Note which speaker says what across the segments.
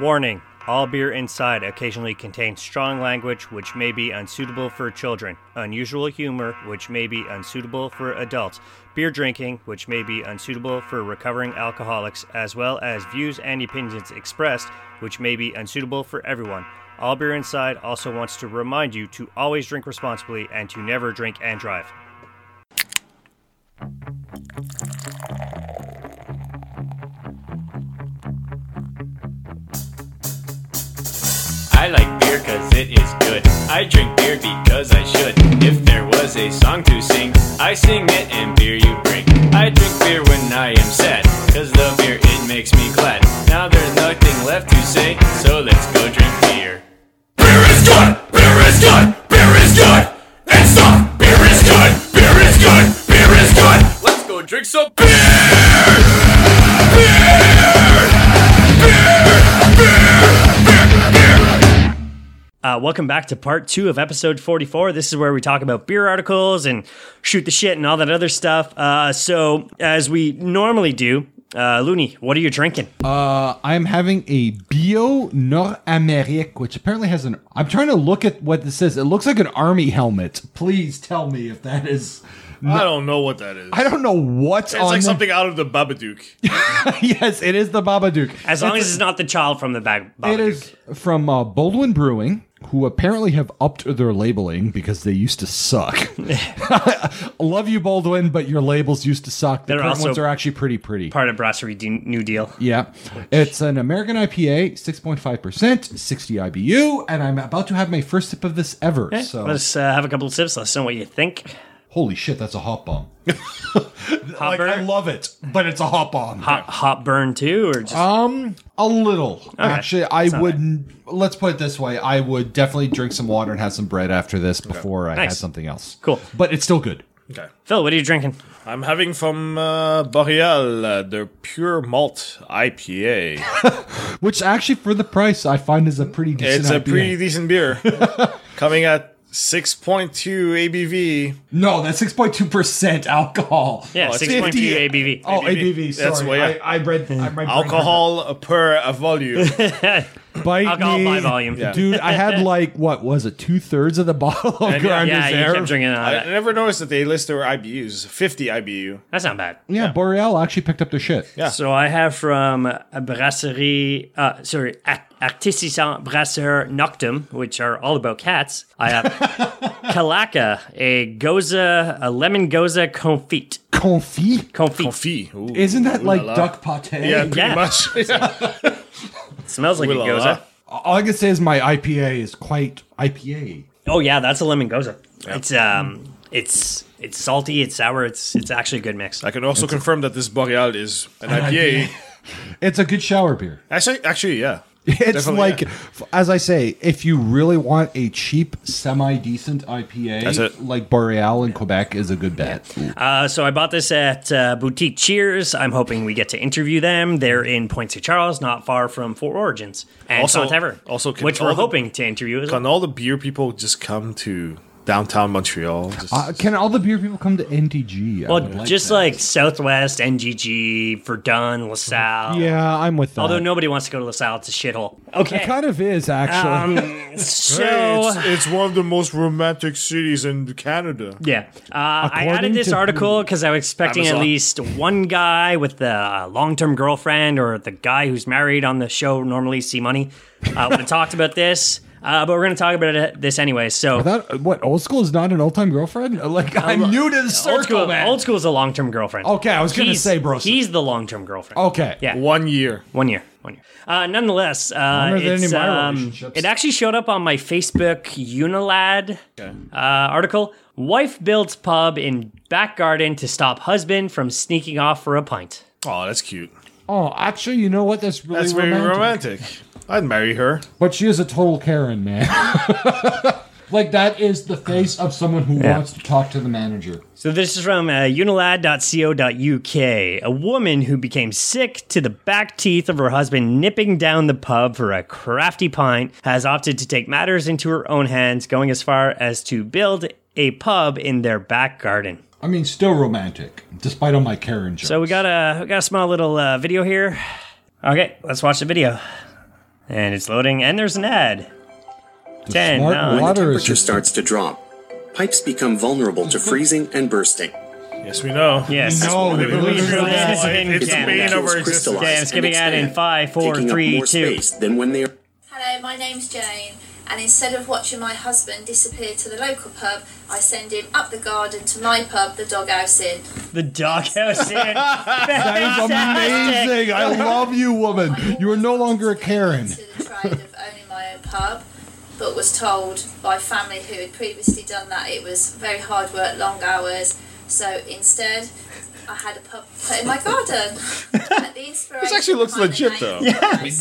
Speaker 1: Warning All beer inside occasionally contains strong language which may be unsuitable for children, unusual humor which may be unsuitable for adults, beer drinking which may be unsuitable for recovering alcoholics, as well as views and opinions expressed which may be unsuitable for everyone. All Beer Inside also wants to remind you to always drink responsibly and to never drink and drive.
Speaker 2: I like beer cause it is good. I drink beer because I should. If there was a song to sing, I sing it and beer you bring. I drink beer when I am sad, cause the beer it makes me glad. Now there's nothing left to say, so let's go drink beer.
Speaker 3: Beer is good! Beer is good! Beer is good! And stop! Beer is good! Beer is good! Beer is good!
Speaker 2: Let's go drink some
Speaker 1: Uh, welcome back to part two of episode 44. This is where we talk about beer articles and shoot the shit and all that other stuff. Uh, so, as we normally do, uh, Looney, what are you drinking?
Speaker 4: Uh, I'm having a Bio Nord Amerique, which apparently has an. I'm trying to look at what this says. It looks like an army helmet. Please tell me if that is.
Speaker 5: I don't know what that is.
Speaker 4: I don't know what's
Speaker 5: It's
Speaker 4: on.
Speaker 5: like
Speaker 4: the-
Speaker 5: something out of the Babadook.
Speaker 4: yes, it is the Babadook.
Speaker 1: as long as it's not the child from the bag.
Speaker 4: It is from uh, Baldwin Brewing, who apparently have upped their labeling because they used to suck. Love you, Baldwin, but your labels used to suck. The
Speaker 1: They're
Speaker 4: current
Speaker 1: also
Speaker 4: ones are actually pretty pretty.
Speaker 1: part of Brasserie D- New Deal.
Speaker 4: Yeah. It's an American IPA, 6.5%, 60 IBU, and I'm about to have my first sip of this ever. so,
Speaker 1: Let's uh, have a couple of sips. Let's know what you think.
Speaker 4: holy shit, that's a hot bomb.
Speaker 1: Hot
Speaker 4: Like,
Speaker 1: burn,
Speaker 4: I love it, but it's a hot bomb.
Speaker 1: hot, hot burn too, or just
Speaker 4: Um, a little. Actually, I would. not Let's put it this way: I would definitely drink some water and have some bread after this before I had
Speaker 1: Nice.
Speaker 4: something else.
Speaker 1: Cool.
Speaker 4: but it's still good.
Speaker 5: Okay.
Speaker 1: Phil. What are you drinking?
Speaker 5: I'm having from uh, Boreal, uh, their pure malt IPA.
Speaker 4: Which actually, for the price, I find is a pretty decent.
Speaker 5: it's a
Speaker 4: IPA.
Speaker 5: pretty decent beer. Coming at 6.2 ABV.
Speaker 4: no. That's six point two percent alcohol.
Speaker 1: Yeah,
Speaker 5: Oh, it's
Speaker 1: six point two
Speaker 4: 50.
Speaker 1: ABV.
Speaker 4: Oh, ABV. Sorry,
Speaker 5: That's why I-
Speaker 4: I, I read. I read
Speaker 5: Alcohol per volume.
Speaker 4: Bite
Speaker 1: Alcohol
Speaker 4: me.
Speaker 1: by volume. Yeah.
Speaker 4: Dude, I had like what was it? Two thirds of the bottle of
Speaker 5: yeah,
Speaker 4: Grander's
Speaker 1: yeah, you
Speaker 4: Air.
Speaker 1: kept drinking all
Speaker 5: I
Speaker 1: that.
Speaker 5: never noticed that they list their IBUs. 50 IBU.
Speaker 1: That's not bad.
Speaker 4: Yeah, Boreal actually picked up their shit.
Speaker 5: Yeah.
Speaker 1: So I have from uh, Brasserie, uh, sorry, Ac- Artisan Brasser Noctum, which are all about cats. I have Calaca, a goza, a lemon goza confit.
Speaker 4: Confit.
Speaker 1: Confit.
Speaker 5: Fee. Ooh.
Speaker 4: Isn't that like
Speaker 5: la.
Speaker 4: duck pate?
Speaker 5: yeah, pretty
Speaker 1: Yeah.
Speaker 5: much.
Speaker 1: Smells like a
Speaker 5: Ooh la
Speaker 1: goza.
Speaker 5: la.
Speaker 4: All I can say is my IPA is quite IPA.
Speaker 1: Oh yeah, that's a lemon goza. It's um, it's it's salty, it's sour, it's it's actually a good mix.
Speaker 5: I can also confirm that this Boreal is an IPA.
Speaker 4: It's a good shower beer.
Speaker 5: Actually, actually, yeah.
Speaker 4: It's
Speaker 5: Definitely,
Speaker 4: like,
Speaker 5: yeah.
Speaker 4: f- as I say, if you really want a cheap, semi decent IPA,
Speaker 5: That's it.
Speaker 4: like Boreal in Quebec is a good bet.
Speaker 1: Uh, so I bought this at uh, Boutique Cheers. I'm hoping we get to interview them. They're in Point St. Charles, not far from Fort Origins and
Speaker 5: Also-
Speaker 1: Saint Tavern,
Speaker 5: also can
Speaker 1: which
Speaker 5: all
Speaker 1: we're
Speaker 5: the-
Speaker 1: hoping to interview. As well.
Speaker 5: Can all the beer people just come to downtown Montreal? Just,
Speaker 4: Uh, can all the beer people come to NTG? I
Speaker 1: Well,
Speaker 4: would like
Speaker 1: just
Speaker 4: that.
Speaker 1: like Southwest, NGG, Verdun, LaSalle.
Speaker 4: yeah, I'm with that.
Speaker 1: Although nobody wants to go to LaSalle, it's a shithole. Okay.
Speaker 4: it kind of is actually.
Speaker 1: um, so.
Speaker 5: Hey, it's, it's one of the most romantic cities in Canada.
Speaker 1: Yeah. Uh, I added
Speaker 4: According
Speaker 1: this
Speaker 4: to
Speaker 1: article because I was expecting at
Speaker 5: Amazon.
Speaker 1: least one guy with a long term girlfriend or the guy who's married on the show, normally See Money, uh, would have talked about this. Uh, but we're going to talk about it, this anyway. So,
Speaker 4: that what old school is not an old time girlfriend? Like I'm new to the circle,
Speaker 1: Um, old school,
Speaker 4: man.
Speaker 1: old school is a long term girlfriend.
Speaker 4: Okay, I was gonna
Speaker 1: He's-
Speaker 4: say, bro.
Speaker 1: He's the long term girlfriend.
Speaker 4: okay,
Speaker 1: Yeah.
Speaker 5: One year.
Speaker 1: One year. One year. Uh, nonetheless, uh,
Speaker 4: Longer than
Speaker 1: it's,
Speaker 4: any of my
Speaker 1: um,
Speaker 4: relationships.
Speaker 1: it actually showed up on my Facebook Unilad uh, article. Wife builds pub in back garden to stop husband from sneaking off for a pint.
Speaker 5: Oh, that's cute.
Speaker 4: Oh, actually, you know what? That's really
Speaker 5: That's very
Speaker 4: romantic.
Speaker 5: romantic. I'd marry her.
Speaker 4: But she is a total Karen, man. like that is the face of someone who
Speaker 1: Yeah.
Speaker 4: wants to talk to the manager.
Speaker 1: So this is from uh, unilad.co.uk. A woman who became sick to the back teeth of her husband nipping down the pub for a crafty pint has opted to take matters into her own hands, going as far as to build a pub in their back garden.
Speaker 4: I mean, still romantic, despite all my Karen jokes.
Speaker 1: So we got a we got a small little uh, video here. Okay, let's watch the video. And it's loading, and there's an ad.
Speaker 4: The
Speaker 1: Ten,
Speaker 4: smart
Speaker 1: nine.
Speaker 6: When the
Speaker 4: water is
Speaker 6: temperature
Speaker 4: just
Speaker 6: starts to drop, pipes become vulnerable to freezing and bursting.
Speaker 5: Yes, we know.
Speaker 1: Yes.
Speaker 4: No,
Speaker 1: we
Speaker 4: they literally
Speaker 1: drew this
Speaker 5: lied.
Speaker 1: in
Speaker 5: It's
Speaker 6: Its
Speaker 5: Yeah.
Speaker 1: Canada.
Speaker 5: been
Speaker 6: molecules
Speaker 5: over existence.
Speaker 6: crystallize
Speaker 1: Okay, I'm
Speaker 6: and
Speaker 1: skipping out in
Speaker 6: expand,
Speaker 1: five, four,
Speaker 6: taking up
Speaker 1: three,
Speaker 6: more
Speaker 1: two.
Speaker 6: space than when they are
Speaker 7: Hello, my name's Jane, and instead of watching my husband disappear to the local pub, I send him up the garden to my pub, the doghouse inn.
Speaker 1: The doghouse in.
Speaker 4: that is amazing. I love you, woman. You are no longer a Karen.
Speaker 7: To the trade of owning my own pub, but was told by family who had previously done that it was very hard work, long hours, so instead. I had a pub put in my garden. this
Speaker 5: actually looks legit, though.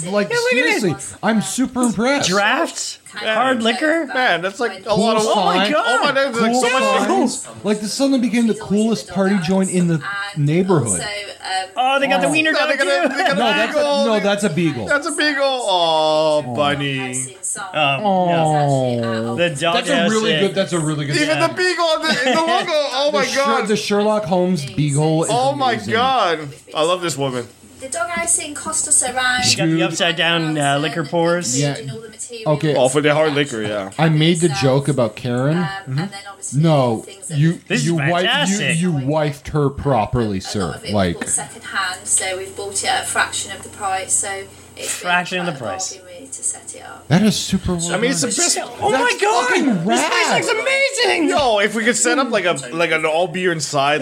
Speaker 4: Like seriously, I'm super impressed.
Speaker 1: Drafts? Hard liquor?
Speaker 5: Man, that's like a
Speaker 4: Cool
Speaker 5: lot of.
Speaker 1: Oh my
Speaker 4: sign,
Speaker 1: God.
Speaker 5: Oh my god, there's like
Speaker 4: cool
Speaker 5: so much.
Speaker 4: signs. Like this suddenly became the coolest party joint in the
Speaker 7: And
Speaker 4: neighborhood.
Speaker 7: Also, um,
Speaker 1: Oh, they got the wiener
Speaker 5: No,
Speaker 1: dog
Speaker 5: they got a,
Speaker 1: too.
Speaker 5: they got a
Speaker 4: No, that's a,
Speaker 5: beagle.
Speaker 4: no, that's a beagle.
Speaker 5: That's a beagle. Oh, bunny.
Speaker 7: house inside.
Speaker 1: Oh,
Speaker 7: Actually, uh,
Speaker 1: no. The doghouse
Speaker 4: That's a really
Speaker 1: in.
Speaker 4: good. That's a really good.
Speaker 5: Even
Speaker 4: sign.
Speaker 5: the beagle on the, in the logo. Oh my
Speaker 4: Sher-
Speaker 5: god.
Speaker 4: the Sherlock Holmes beagle. Is
Speaker 5: oh my
Speaker 4: amazing.
Speaker 5: god. I love this woman.
Speaker 7: The doghouse in cost us around.
Speaker 1: She got the upside down uh, liquor pours.
Speaker 4: Yeah. Okay.
Speaker 5: Oh, for the hard liquor, yeah.
Speaker 4: I made the joke about
Speaker 7: um,
Speaker 4: Karen.
Speaker 1: Mm-hmm.
Speaker 4: No, you
Speaker 1: This is
Speaker 4: you wife you,
Speaker 1: fantastic.
Speaker 4: you wifed her properly, sir. Like
Speaker 7: second hand, so we've bought it at a fraction of the price. So it's been
Speaker 1: Fraction of
Speaker 7: quite
Speaker 1: the
Speaker 7: a
Speaker 1: price.
Speaker 7: bargain, really, to set it up.
Speaker 4: that is super. well
Speaker 5: I mean, it's the
Speaker 4: done.
Speaker 5: best.
Speaker 1: Oh my
Speaker 4: That's
Speaker 1: god!
Speaker 4: fucking
Speaker 1: This place
Speaker 4: rad.
Speaker 1: looks amazing!
Speaker 5: Yo, if we could set up like a like an all beer inside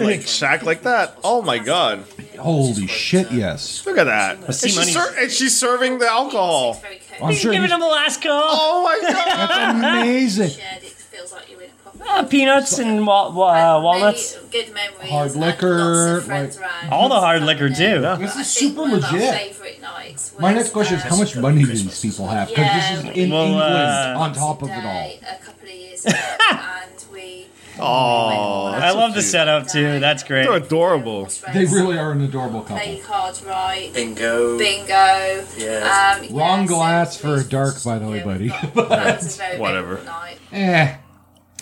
Speaker 5: like shack like that. Oh my god.
Speaker 4: holy shit. Yes,
Speaker 5: Look at that. And
Speaker 1: see money.
Speaker 5: she's, ser- and she's serving the
Speaker 7: It's
Speaker 5: alcohol.
Speaker 7: very cozy.
Speaker 4: I'm
Speaker 1: He's
Speaker 4: sure.
Speaker 1: giving
Speaker 4: you-
Speaker 1: him Alaska. Oh.
Speaker 5: Oh my god.
Speaker 4: That's amazing.
Speaker 7: Shared, it feels like you're in a proper.
Speaker 1: Ah, Uh, peanuts and wa- wa-
Speaker 7: I've
Speaker 1: uh, walnuts.
Speaker 7: made Good memories.
Speaker 4: Hard
Speaker 7: and
Speaker 4: liquor,
Speaker 7: lots of friends
Speaker 4: like-
Speaker 7: around.
Speaker 1: All the hard liquor
Speaker 7: And,
Speaker 1: too.
Speaker 7: uh,
Speaker 4: This
Speaker 7: I
Speaker 4: is
Speaker 7: think
Speaker 4: super
Speaker 7: one of our
Speaker 4: legit.
Speaker 7: favourite nights
Speaker 4: My
Speaker 7: was,
Speaker 4: next question is:
Speaker 7: uh,
Speaker 4: How much money do these people have? Because this is in
Speaker 1: Well,
Speaker 4: England.
Speaker 1: uh,
Speaker 4: on top of it all,
Speaker 7: day A couple of years ago, and we.
Speaker 5: Oh,
Speaker 1: I love the setup too. That's great.
Speaker 5: they're adorable.
Speaker 4: they really are an adorable
Speaker 7: play your
Speaker 4: couple.
Speaker 7: cards right.
Speaker 6: bingo.
Speaker 7: Bingo.
Speaker 6: Yes.
Speaker 7: Um,
Speaker 4: Wrong
Speaker 7: yeah,
Speaker 4: glass
Speaker 7: so
Speaker 4: for
Speaker 7: it's
Speaker 4: dark,
Speaker 7: just,
Speaker 4: by the way,
Speaker 7: yeah,
Speaker 4: buddy.
Speaker 7: that was a very memorable
Speaker 5: Whatever.
Speaker 7: night.
Speaker 4: Eh.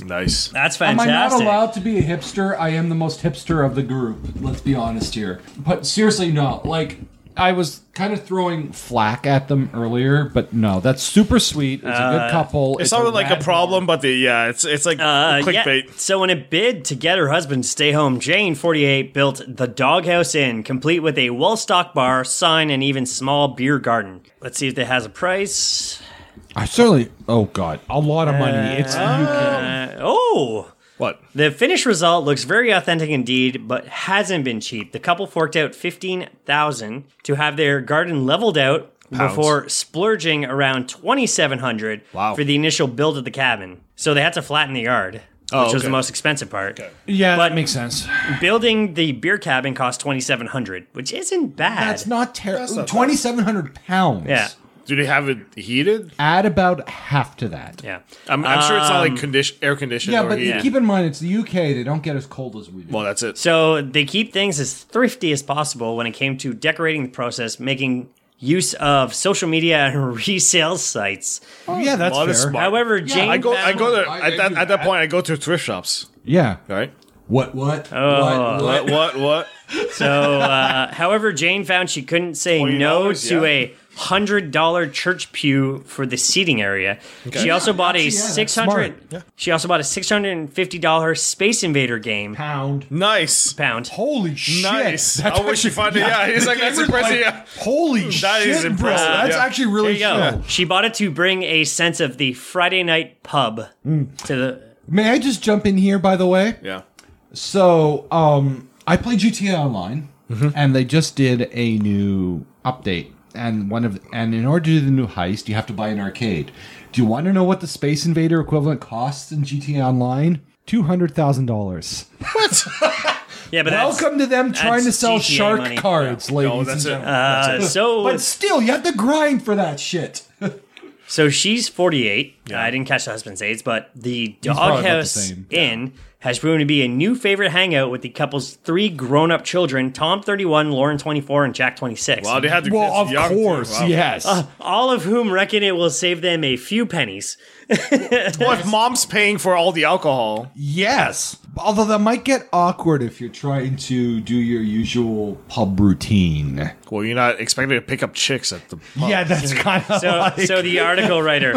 Speaker 5: Nice.
Speaker 1: That's
Speaker 4: Am I not
Speaker 1: fantastic.
Speaker 4: allowed to be a hipster? I am the most hipster of the group. Let's be honest here. But seriously, no. Like, I was kind of throwing flack at them earlier, but no, that's super sweet. It's a good couple.
Speaker 5: It sounded like a
Speaker 4: rad-
Speaker 5: problem, but the yeah, it's it's like
Speaker 1: Uh,
Speaker 5: clickbait.
Speaker 1: yeah. So, in a bid to get her husband to stay home, Jane, 48, built the Doghouse Inn, complete with a well stocked bar, sign, and even small beer garden. Let's see if it has a price.
Speaker 4: I certainly. Oh God, a lot of money. It's
Speaker 1: Uh, oh!
Speaker 5: What?
Speaker 1: The finished result looks very authentic indeed, but hasn't been cheap. The couple forked out 15000 to have their garden leveled out before splurging around 2700
Speaker 5: Wow.
Speaker 1: for the initial build of the cabin. So they had to flatten the yard.
Speaker 5: Oh,
Speaker 1: which was the
Speaker 5: okay.
Speaker 1: most expensive part.
Speaker 4: yeah,
Speaker 1: but-
Speaker 4: that makes sense.
Speaker 1: Building the beer cabin cost twenty seven hundred, which isn't bad.
Speaker 4: That's not terrible. Twenty seven hundred pounds.
Speaker 1: yeah,
Speaker 5: Do they have it heated?
Speaker 4: add about half to that.
Speaker 1: yeah.
Speaker 5: I'm, I'm sure it's not
Speaker 1: Um,
Speaker 5: like condition air conditioned.
Speaker 4: Yeah,
Speaker 5: or
Speaker 4: but
Speaker 5: heated.
Speaker 4: keep in mind it's the UK. They don't get as cold as we do.
Speaker 5: Well, that's it.
Speaker 1: So they keep things as thrifty as possible when it came to decorating the process, making use of social media and resale sites.
Speaker 4: yeah, that's
Speaker 5: lot
Speaker 4: fair.
Speaker 5: of smart-
Speaker 1: However, Jane
Speaker 5: I go. I
Speaker 1: found-
Speaker 5: go to
Speaker 4: I- I
Speaker 5: at that
Speaker 4: do
Speaker 5: at that
Speaker 4: that.
Speaker 5: point. I go to thrift shops.
Speaker 4: Yeah.
Speaker 5: Right.
Speaker 4: What? What?
Speaker 1: Oh.
Speaker 4: what?
Speaker 5: What?
Speaker 4: What?
Speaker 5: What? What?
Speaker 1: So, uh, however, Jane found she couldn't say no
Speaker 5: $20,
Speaker 1: to
Speaker 5: yeah.
Speaker 1: a hundred dollar church pew for the seating area. She also bought a
Speaker 4: actually, yeah, that's
Speaker 1: six hundred.
Speaker 4: smart.
Speaker 1: She also bought a six hundred and fifty dollar Space Invader game
Speaker 4: Pound.
Speaker 5: Nice.
Speaker 1: pound.
Speaker 4: Holy shit!
Speaker 5: Nice.
Speaker 4: That's
Speaker 5: I wish you find it. Yeah, he's like that's impressive. yeah.
Speaker 4: holy
Speaker 5: That
Speaker 4: shit,
Speaker 5: is
Speaker 4: bro.
Speaker 5: impressive,
Speaker 4: That's
Speaker 5: yeah.
Speaker 4: actually
Speaker 1: There
Speaker 4: really
Speaker 1: you go.
Speaker 4: cool.
Speaker 1: She bought it to bring a sense of the Friday night pub to the.
Speaker 4: May I just jump in here, by the way?
Speaker 5: Yeah.
Speaker 4: So, um, I play GTA Online,
Speaker 1: Mm-hmm.
Speaker 4: and they just did a new update. And one of and in order to do the new heist, you have to buy an arcade. Do you want to know what the Space Invader equivalent costs in GTA Online? Two hundred thousand dollars.
Speaker 1: Yeah, but that's-
Speaker 4: Welcome to them trying to
Speaker 1: that's
Speaker 4: sell
Speaker 1: GTA
Speaker 4: shark
Speaker 1: money.
Speaker 4: cards, ladies
Speaker 5: Oh,
Speaker 4: and
Speaker 5: that's it.
Speaker 4: gentlemen.
Speaker 1: Uh, so
Speaker 4: But still, you have to grind for that shit.
Speaker 1: So she's 48. Uh, I didn't catch the husband's age, but the
Speaker 4: probably about the
Speaker 1: doghouse
Speaker 4: same.
Speaker 1: inn has proven to be a new favorite hangout with the couple's three grown up children, Tom 31, Lauren 24, and Jack 26.
Speaker 5: Wow, they had the
Speaker 4: Well,
Speaker 5: kids
Speaker 4: of
Speaker 5: young, too.
Speaker 4: course,
Speaker 5: Wow. Uh,
Speaker 4: yes.
Speaker 1: All of whom reckon it will save them a few pennies.
Speaker 5: What if mom's paying for all the alcohol?
Speaker 4: yes. Although that might get awkward if you're trying to do your usual pub routine.
Speaker 5: Well, you're not expected to pick up chicks at the pub.
Speaker 4: Yeah, that's kind of
Speaker 1: So,
Speaker 4: like,
Speaker 1: so the article writer.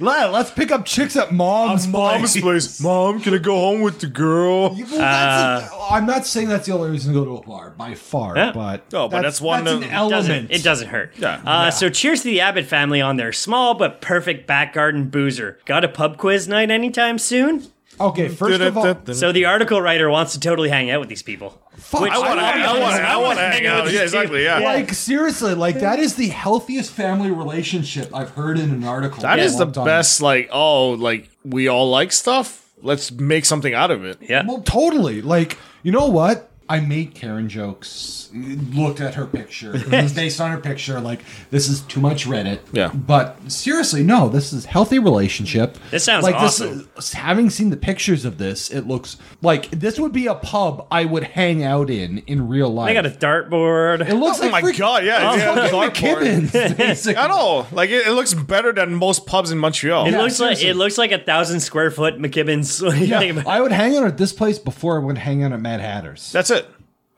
Speaker 4: Let, us pick up chicks at mom's
Speaker 5: Mom's place. Mom, can I go home with the girl?
Speaker 4: Well, that's
Speaker 5: Uh,
Speaker 4: a- I'm not saying that's the only reason to go to a bar by far,
Speaker 1: Yeah.
Speaker 4: but
Speaker 5: No, Oh, but that's one
Speaker 4: that's
Speaker 5: of-
Speaker 4: an
Speaker 5: it
Speaker 1: doesn't-
Speaker 4: element.
Speaker 1: It doesn't hurt.
Speaker 5: Yeah.
Speaker 1: Uh, So cheers to the Abbott family on their small but perfect back garden boozer. Got a pub quiz night anytime soon?
Speaker 4: Okay, first of all,
Speaker 1: So the article writer wants to totally hang out with these people.
Speaker 4: fuck,
Speaker 1: Which-
Speaker 5: I want to
Speaker 1: I wanna-
Speaker 5: I want to
Speaker 1: I
Speaker 5: hang
Speaker 1: wanna
Speaker 5: out. Yeah, exactly. Yeah.
Speaker 1: Yeah.
Speaker 4: like seriously, like that is the healthiest family relationship I've heard in an article.
Speaker 5: That
Speaker 4: in a
Speaker 5: is the
Speaker 4: long time.
Speaker 5: best. Like, oh, like we all like stuff. Let's make something out of it.
Speaker 1: Yeah.
Speaker 4: Well, totally. Like you know what? I made Karen jokes. Looked at her picture based on her picture. Like this is too much Reddit.
Speaker 5: Yeah.
Speaker 4: But seriously, no. This is healthy relationship.
Speaker 1: This sounds
Speaker 4: like
Speaker 1: awesome.
Speaker 4: This is, having seen the pictures of this, it looks like this would be a pub I would hang out in in real life.
Speaker 1: They got a
Speaker 4: it
Speaker 1: dartboard.
Speaker 4: looks
Speaker 5: Oh
Speaker 4: like
Speaker 5: my
Speaker 4: freak-
Speaker 5: god! Yeah, yeah,
Speaker 4: Fucking
Speaker 5: dark board.
Speaker 4: McKibbins, basically.
Speaker 5: I know. Like, it, it looks better than most pubs in Montreal.
Speaker 1: It
Speaker 4: Yeah,
Speaker 1: looks like
Speaker 4: seriously.
Speaker 1: it looks like a thousand square foot McKibbin's. What do you think
Speaker 4: Yeah,
Speaker 1: about-
Speaker 4: I would hang out at this place before I would hang out at Mad Hatter's.
Speaker 5: That's it.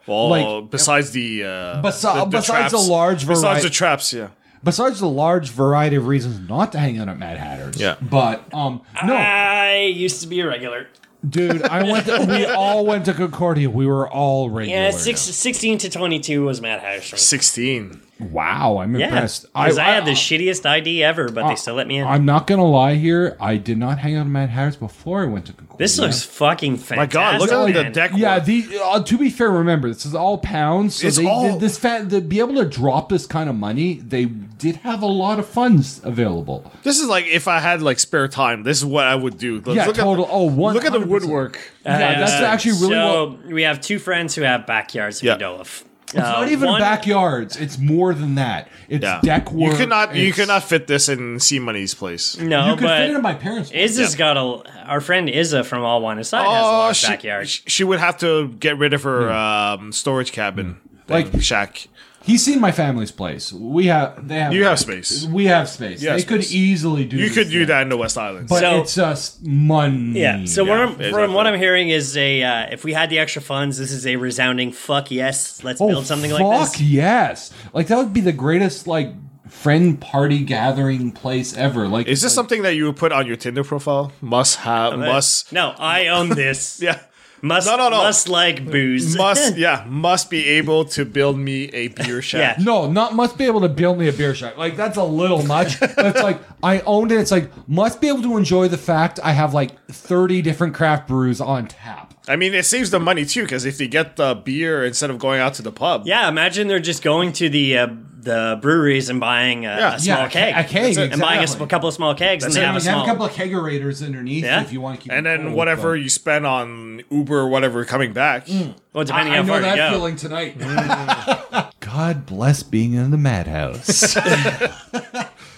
Speaker 5: Well,
Speaker 4: Like-
Speaker 5: besides the, uh,
Speaker 4: Besi- besides the large
Speaker 5: besides
Speaker 4: variety-
Speaker 5: the traps, yeah.
Speaker 4: Besides the large variety of reasons not to hang out at Mad Hatter's.
Speaker 5: Yeah.
Speaker 4: But um no,
Speaker 1: I used to be a regular.
Speaker 4: dude, I went to, we all went to Concordia. We were all regular.
Speaker 1: Yeah, six, 16 to 22 was Matt Hatter's.
Speaker 5: Sixteen.
Speaker 4: Wow, I'm
Speaker 1: Yeah,
Speaker 4: impressed.
Speaker 1: because I, had the shittiest ID ever, but they still let me in.
Speaker 4: I'm not gonna lie here. I did not hang out at Mad Hatter's before I went to Concordia.
Speaker 1: this looks fucking
Speaker 5: My
Speaker 1: fantastic.
Speaker 5: God, look at the
Speaker 1: man.
Speaker 5: deck.
Speaker 4: Yeah,
Speaker 5: work.
Speaker 4: the uh, to be fair, remember this is all pounds. So
Speaker 5: It's
Speaker 4: they
Speaker 5: all-
Speaker 4: did this fat to be able to drop this kind of money. They did have a lot of funds available.
Speaker 5: this is like if I had like spare time, this is what I would do. Let's
Speaker 4: Yeah,
Speaker 5: look
Speaker 4: total.
Speaker 5: At,
Speaker 4: oh, one.
Speaker 5: look at the woodwork.
Speaker 4: Yeah, that's
Speaker 1: Uh,
Speaker 4: actually really well.
Speaker 1: So we have two friends who have backyards of Uh,
Speaker 5: Yeah.
Speaker 1: Adolf.
Speaker 4: It's not even backyards. It's more than that. It's
Speaker 5: Yeah.
Speaker 4: deck work.
Speaker 5: You could not. You
Speaker 4: it's-
Speaker 5: could not fit this in C Money's place.
Speaker 1: No,
Speaker 4: You could
Speaker 1: but
Speaker 4: fit it in my parents' place.
Speaker 1: Izza's got a. Our friend Izza from All One Aside has a
Speaker 5: Oh,
Speaker 1: large
Speaker 5: she,
Speaker 1: backyard.
Speaker 5: sh- she would have to get rid of her um, storage cabin,
Speaker 4: Hmm. Like-
Speaker 5: like shack.
Speaker 4: He's seen my family's place. We have. They have.
Speaker 5: You have space.
Speaker 4: We have space.
Speaker 5: You have
Speaker 4: they could
Speaker 5: space.
Speaker 4: easily do.
Speaker 5: You
Speaker 4: this
Speaker 5: could do
Speaker 4: thing.
Speaker 5: that in the West Islands.
Speaker 4: But
Speaker 1: So-
Speaker 4: it's just money.
Speaker 1: yeah. So what
Speaker 5: Mm, yeah,
Speaker 1: I'm, from
Speaker 5: exactly.
Speaker 1: what I'm hearing is a uh, if we had the extra funds, this is a resounding fuck yes. Let's
Speaker 4: oh,
Speaker 1: build something
Speaker 4: fuck
Speaker 1: like this.
Speaker 4: yes! Like that would be the greatest like friend party gathering place ever. Like
Speaker 5: is this something that you would put on your Tinder profile? Must have. Must.
Speaker 1: No, I own this.
Speaker 5: Yeah.
Speaker 1: Must
Speaker 5: No, no, no.
Speaker 1: must like booze.
Speaker 5: Must. Yeah. Must be able to build me a beer shack.
Speaker 1: Yeah.
Speaker 4: No, not must be able to build me a beer shack. Like that's a little much. But it's like I owned it. It's like must be able to enjoy the fact I have like thirty different craft brews on tap.
Speaker 5: I mean, it saves them money too, because if they get the beer instead of going out to the pub.
Speaker 1: yeah, imagine they're just going to the uh, the breweries and buying a,
Speaker 5: Yeah.
Speaker 1: a small
Speaker 4: Yeah, a
Speaker 1: keg,
Speaker 4: ca- a keg,
Speaker 1: That's it. and buying a,
Speaker 4: exactly.
Speaker 1: sp- couple of small kegs, and they
Speaker 4: You
Speaker 1: have a
Speaker 4: have
Speaker 1: small
Speaker 4: a couple of kegerators underneath
Speaker 1: Yeah.
Speaker 4: if you want to keep.
Speaker 5: And
Speaker 4: it
Speaker 5: then
Speaker 4: cold,
Speaker 5: whatever
Speaker 4: but-
Speaker 5: you spend on Uber or whatever coming back.
Speaker 1: Well,
Speaker 4: I,
Speaker 1: depending
Speaker 4: I
Speaker 1: how
Speaker 4: know
Speaker 1: far you
Speaker 4: that
Speaker 1: go.
Speaker 4: feeling tonight. God bless being in the madhouse.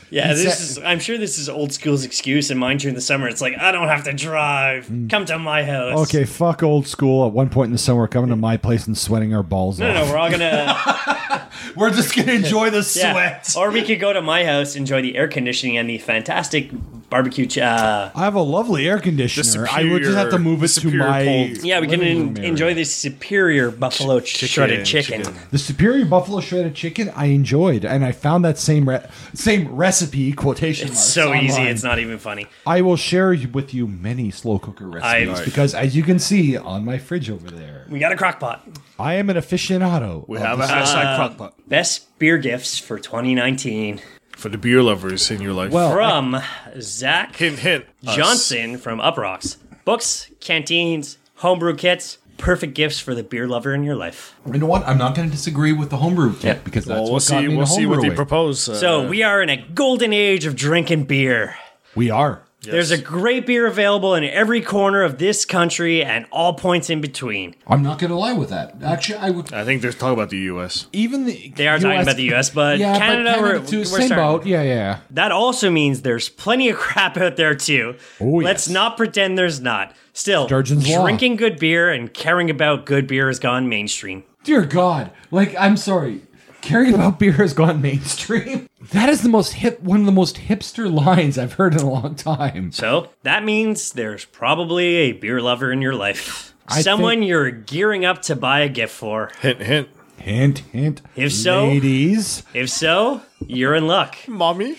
Speaker 1: yeah, this
Speaker 4: said-
Speaker 1: is. I'm sure this is old school's excuse. And mine during the summer, it's like I don't have to drive. Come to my house.
Speaker 4: Mm. okay, fuck old school. At one point in the summer, coming to my place and sweating our balls
Speaker 1: No, no,
Speaker 4: off.
Speaker 1: no, we're all gonna
Speaker 4: We're just gonna enjoy the
Speaker 1: yeah.
Speaker 4: sweat.
Speaker 1: Or we could go to my house, enjoy the air conditioning and the fantastic barbecue. Ch- uh,
Speaker 4: I have a lovely air conditioner. I would just have to
Speaker 5: superior-
Speaker 4: move it
Speaker 5: the
Speaker 4: to
Speaker 5: superior
Speaker 4: my
Speaker 5: cold.
Speaker 1: yeah, we can
Speaker 4: living
Speaker 1: en-
Speaker 4: room area.
Speaker 1: enjoy the superior buffalo shredded chicken.
Speaker 5: chicken.
Speaker 4: The superior buffalo shredded chicken I enjoyed, and I found that same re- same recipe quotation
Speaker 1: It's
Speaker 4: marks.
Speaker 1: so easy,
Speaker 4: online.
Speaker 1: it's not even funny.
Speaker 4: I will share with you many slow cooker recipes
Speaker 1: I've-
Speaker 4: because, as you can see on my fridge over there,
Speaker 1: We got a crock pot.
Speaker 4: I am an aficionado.
Speaker 5: We
Speaker 4: of
Speaker 5: have a
Speaker 4: this-
Speaker 5: hashtag crock pot
Speaker 1: Best beer gifts for 2019
Speaker 5: for the beer lovers in your life.
Speaker 4: well, I-
Speaker 1: from Zach
Speaker 5: hint, hint. us.
Speaker 1: Johnson from Up Rocks. Books, canteens, homebrew kits, perfect gifts for the beer lover in your life.
Speaker 4: you know what? I'm not going to disagree with the homebrew kit because that's
Speaker 5: Well, we'll
Speaker 4: what got
Speaker 5: see.
Speaker 4: me into
Speaker 5: We'll see what they
Speaker 4: homebrewing.
Speaker 5: propose. uh,
Speaker 1: So we are in a golden age of drinking beer.
Speaker 4: we are.
Speaker 1: There's a great beer available in every corner of this country and all points in between.
Speaker 4: I'm not going to lie with that. Actually, I would
Speaker 5: I think there's talk about the U.S.
Speaker 4: even the
Speaker 1: They are talking about the US, but
Speaker 4: yeah,
Speaker 1: Canada,
Speaker 4: but
Speaker 1: we're,
Speaker 4: too,
Speaker 1: we're
Speaker 4: same
Speaker 1: starting-
Speaker 4: boat. Yeah, yeah.
Speaker 1: That also means there's plenty of crap out there too. Let's
Speaker 4: Oh, yes.
Speaker 1: not pretend there's not. Still,
Speaker 4: Sturgeon's Law.
Speaker 1: drinking good beer and caring about good beer has gone mainstream.
Speaker 4: Dear God, like I'm sorry, caring about beer has gone mainstream. That is the most hip, one of the most hipster lines I've heard in a long time.
Speaker 1: So that means there's probably a beer lover in your life.
Speaker 4: I
Speaker 1: Someone
Speaker 4: think-
Speaker 1: you're gearing up to buy a gift for.
Speaker 5: Hint, hint.
Speaker 4: Hint, hint.
Speaker 1: If so-
Speaker 4: ladies,
Speaker 1: If so, you're in luck.
Speaker 5: Mommy?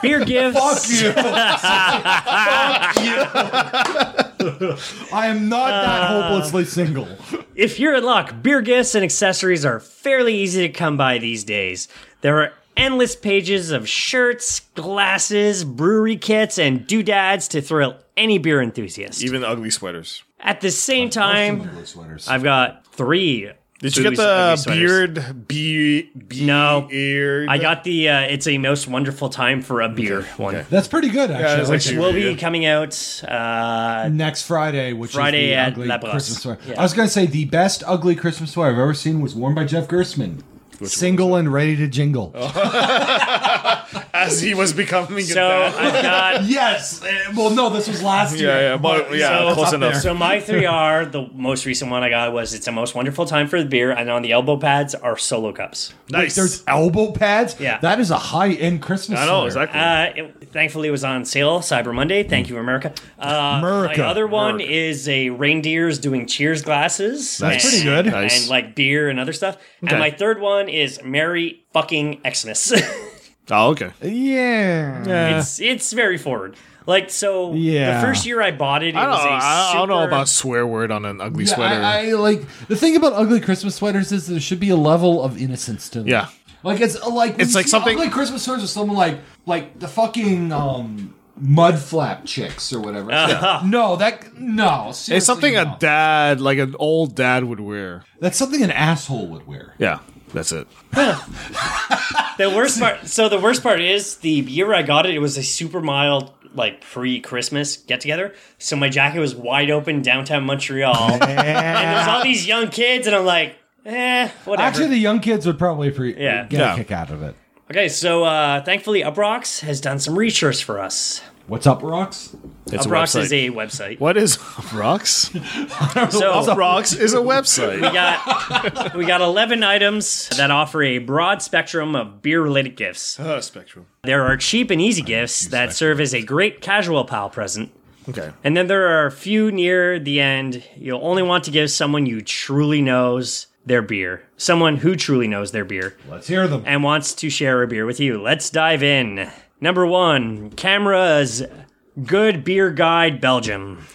Speaker 1: Beer gifts.
Speaker 4: I am not that
Speaker 1: Uh,
Speaker 4: hopelessly single.
Speaker 1: If you're in luck, beer gifts and accessories are fairly easy to come by these days. There are endless pages of shirts, glasses, brewery kits, and doodads to thrill any beer enthusiast.
Speaker 5: Even ugly sweaters.
Speaker 1: At the same time, I've got three.
Speaker 5: Did you
Speaker 1: booze-
Speaker 5: get
Speaker 1: ugly
Speaker 5: the
Speaker 1: sweaters.
Speaker 5: beard? Be- be-
Speaker 1: No.
Speaker 5: Beard?
Speaker 1: I got the uh, It's a Most Wonderful Time for a Beer one.
Speaker 4: That's pretty good,
Speaker 5: that's
Speaker 4: actually.
Speaker 5: like
Speaker 1: Which
Speaker 5: you-
Speaker 1: will be
Speaker 5: yeah.
Speaker 1: coming out. Uh,
Speaker 4: Next Friday, which
Speaker 1: Friday
Speaker 4: is the
Speaker 1: at
Speaker 4: ugly
Speaker 1: La Brosse.
Speaker 4: Christmas sweater.
Speaker 1: Yeah.
Speaker 4: I was going to say the best ugly Christmas sweater I've ever seen was worn by Jeff Gerstmann. Single and ready to jingle.
Speaker 1: Oh,
Speaker 5: As he was becoming
Speaker 1: so I've got
Speaker 4: Yes. eh, Well, no, this was last
Speaker 5: Yeah, yeah, but- yeah,
Speaker 1: So-
Speaker 5: close enough.
Speaker 1: So my three are the most recent one I got was it's a most wonderful time for the beer, and on the elbow pads are solo cups.
Speaker 5: Nice.
Speaker 4: There's elbow pads.
Speaker 1: Yeah.
Speaker 4: that is a high end Christmas.
Speaker 5: I know,
Speaker 4: sweater.
Speaker 5: exactly.
Speaker 1: Uh, it, thankfully, it was on sale Cyber Monday. Thank you, America. Uh,
Speaker 4: America.
Speaker 1: My other one
Speaker 5: America.
Speaker 1: is a reindeers doing cheers glasses.
Speaker 4: That's
Speaker 1: and-
Speaker 4: pretty good.
Speaker 5: Nice.
Speaker 1: And like beer and other stuff.
Speaker 5: Okay.
Speaker 1: And my third one is Merry fucking Xmas.
Speaker 5: oh, okay.
Speaker 4: Yeah.
Speaker 5: Eh.
Speaker 1: it's it's very forward. Like so,
Speaker 4: Yeah.
Speaker 1: the first year I bought it, it
Speaker 5: I don't,
Speaker 1: was a
Speaker 5: I, I don't know
Speaker 1: super-
Speaker 5: about swear word on an ugly
Speaker 4: Yeah,
Speaker 5: sweater.
Speaker 4: I, I like the thing about ugly Christmas sweaters is there should be a level of innocence to them.
Speaker 5: yeah.
Speaker 4: like it's uh, like when
Speaker 5: It's
Speaker 4: you
Speaker 5: like
Speaker 4: see
Speaker 5: something-
Speaker 4: ugly Christmas sweaters with someone like like the fucking um mud flap chicks or whatever. No, that no. Seriously,
Speaker 5: Uh-huh. It's something
Speaker 4: no.
Speaker 5: a dad, like an old dad would wear.
Speaker 4: that's something an asshole would wear.
Speaker 5: Yeah, that's it.
Speaker 1: The worst part. So the worst part is the year I got it. It was a super mild, like pre-Christmas get together. So my jacket was wide open downtown Montreal, and there's all these young kids, and I'm like, eh, whatever.
Speaker 4: Actually, the young kids would probably pre-
Speaker 1: Yeah.
Speaker 4: get
Speaker 5: Yeah.
Speaker 4: a kick out of it.
Speaker 1: okay, so uh, thankfully, Uprox has done some research for us.
Speaker 4: What's up, rocks?
Speaker 5: It's
Speaker 1: Uprox
Speaker 5: a website.
Speaker 1: is a website.
Speaker 5: what is Rocks?
Speaker 1: So
Speaker 5: Rocks is a website.
Speaker 1: we got we got 11 items that offer a broad spectrum of beer-related gifts.
Speaker 5: uh, spectrum.
Speaker 1: There are cheap and easy gifts that serve as a great casual pal present.
Speaker 5: Okay.
Speaker 1: And then there are a few near the end. You'll only want to give someone you truly knows their beer, someone who truly knows their beer
Speaker 4: Let's hear them.
Speaker 1: and wants to share a beer with you. Let's dive in. Number one, Camera's Good Beer Guide Belgium.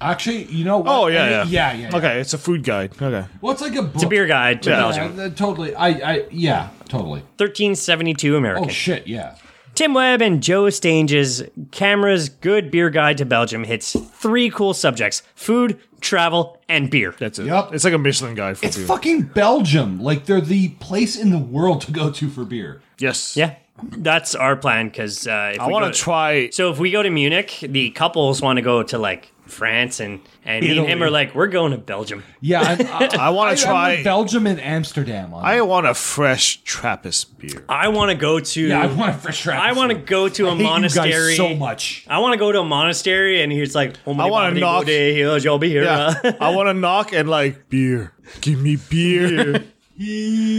Speaker 4: Actually, you know what?
Speaker 5: Oh yeah,
Speaker 4: I
Speaker 5: yeah,
Speaker 4: mean, yeah, yeah.
Speaker 5: Okay, it's a food guide. Okay,
Speaker 4: What's like a book?
Speaker 1: Beer Guide to
Speaker 5: Yeah.
Speaker 1: Belgium.
Speaker 4: Yeah, totally. I, I, yeah, totally.
Speaker 1: 1372 American.
Speaker 4: Oh shit, yeah.
Speaker 1: Tim Webb and Joe Stange's Camera's Good Beer Guide to Belgium hits three cool subjects food, travel, and beer.
Speaker 5: that's it.
Speaker 4: Yup.
Speaker 5: It's like a Michelin guide for
Speaker 4: It's
Speaker 5: beer.
Speaker 4: fucking Belgium. Like they're the place in the world to go to for beer.
Speaker 5: yes.
Speaker 1: Yeah, that's our plan because uh, if
Speaker 5: I
Speaker 1: we go
Speaker 5: want to try.
Speaker 1: So if we go to Munich, the couples want to go to like France, and and me and him
Speaker 4: Italy.
Speaker 1: are like, we're going to Belgium.
Speaker 4: Yeah, I'm, I,
Speaker 5: I want to
Speaker 4: try
Speaker 5: try.
Speaker 4: Belgium and Amsterdam. On
Speaker 5: I
Speaker 4: that.
Speaker 5: want a fresh Trappist beer.
Speaker 1: I want to go to.
Speaker 4: yeah, I want a fresh trap.
Speaker 1: I want to go to a
Speaker 4: hate
Speaker 1: monastery.
Speaker 4: you guys so much.
Speaker 1: I want to go to a monastery, and he's like, oh my
Speaker 5: I wanna knock-
Speaker 1: You'll be here.
Speaker 5: Yeah.
Speaker 1: uh."
Speaker 5: I want to knock and like beer. Give me beer.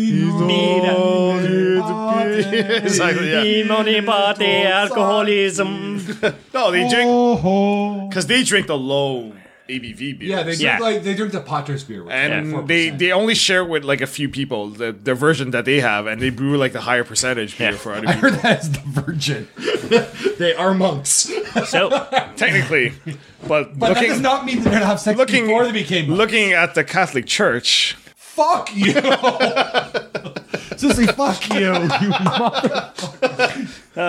Speaker 5: Oh, dude, the beer. exactly. Yeah.
Speaker 1: Money, party, alcoholism.
Speaker 5: No, they drink
Speaker 4: Oh, ho.
Speaker 5: because they drink the low ABV beer.
Speaker 4: yeah, they drink
Speaker 1: Yeah.
Speaker 4: like they drink the Potter's beer, which is
Speaker 5: and
Speaker 4: like 4%.
Speaker 5: they they only share with like a few people the, the version that they have, and they brew like the higher percentage beer
Speaker 1: Yeah.
Speaker 5: for other
Speaker 4: I
Speaker 5: people.
Speaker 4: heard that as the Virgin. they are monks,
Speaker 1: So uh,
Speaker 5: Technically, but,
Speaker 4: but that
Speaker 5: looking
Speaker 4: does not mean they're gonna have sex
Speaker 5: looking
Speaker 4: before they became. monks.
Speaker 5: looking at the Catholic Church,
Speaker 4: fuck you. Sissy, fuck you, you motherfucker. Uh,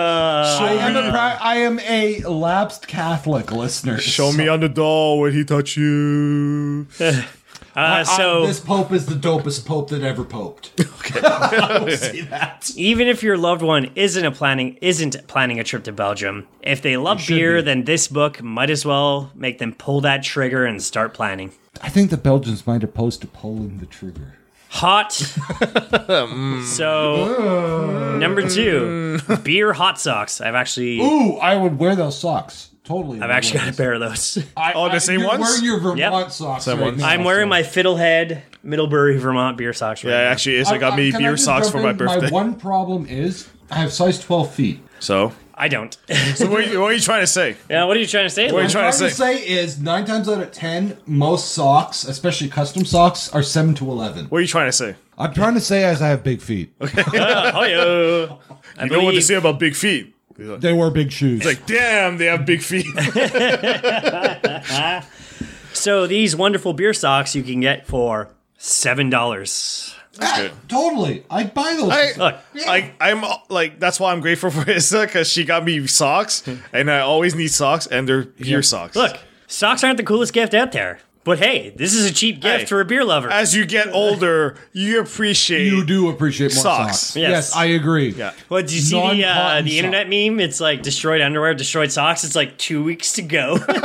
Speaker 4: I, am a pra- I am a lapsed Catholic listener.
Speaker 5: show me on the doll when he touch you.
Speaker 1: Uh, so
Speaker 4: this pope is the dopest pope that ever poped.
Speaker 1: even if your loved one isn't a planning isn't planning a trip to Belgium, if they love beer, then this book might as well make them pull that trigger and start planning.
Speaker 4: I think the Belgians might oppose to pulling the trigger.
Speaker 1: Hot. so number two, beer hot socks. I've actually
Speaker 4: Ooh, I would wear those socks. Totally.
Speaker 1: I've actually got a pair of those.
Speaker 4: I,
Speaker 5: Oh, the same
Speaker 4: you're
Speaker 5: ones?
Speaker 4: Wearing your Vermont
Speaker 1: Yep.
Speaker 4: socks.
Speaker 5: Same
Speaker 4: right
Speaker 5: ones.
Speaker 4: now,
Speaker 1: I'm wearing
Speaker 4: so-
Speaker 1: my Fiddlehead Middlebury, Vermont beer socks right
Speaker 5: Yeah,
Speaker 1: now.
Speaker 5: actually, Isla got
Speaker 4: Uh,
Speaker 5: me
Speaker 4: can I
Speaker 5: beer
Speaker 4: just
Speaker 5: socks
Speaker 4: jump
Speaker 5: for my
Speaker 4: in?
Speaker 5: birthday.
Speaker 4: My one problem is I have size 12 feet.
Speaker 5: so,
Speaker 1: I don't.
Speaker 5: so what, are you, what are you trying to say?
Speaker 1: yeah, what are you trying to say?
Speaker 5: What are you
Speaker 1: Lou?
Speaker 5: trying to
Speaker 4: What I'm
Speaker 5: say?
Speaker 4: trying to say is nine times out of ten, most socks, especially custom socks, are seven to eleven.
Speaker 5: What are you trying to say?
Speaker 4: I'm trying to say as I have big feet.
Speaker 1: Oh, yo. I
Speaker 5: You know what they
Speaker 1: believe-
Speaker 5: say about big feet.
Speaker 4: They wear big shoes.
Speaker 5: Like, damn, they have big feet.
Speaker 1: So these wonderful beer socks you can get for seven dollars.
Speaker 5: good.
Speaker 4: Ah, totally. I'd buy those.
Speaker 1: Look,
Speaker 5: I, I'm uh, like that's why I'm grateful for Issa because she got me socks, and I always need socks, and they're beer socks.
Speaker 1: look, socks aren't the coolest gift out there. But hey, this is a cheap gift
Speaker 5: Hey.
Speaker 1: for a beer lover.
Speaker 5: as you get older, you appreciate.
Speaker 4: you do appreciate more
Speaker 5: Socks.
Speaker 4: socks.
Speaker 1: Yes.
Speaker 4: Yes. I agree.
Speaker 5: Yeah.
Speaker 1: Well, did you see the uh,
Speaker 4: Non-cotton
Speaker 1: the internet meme? It's like destroyed underwear, destroyed socks. It's like two weeks to go.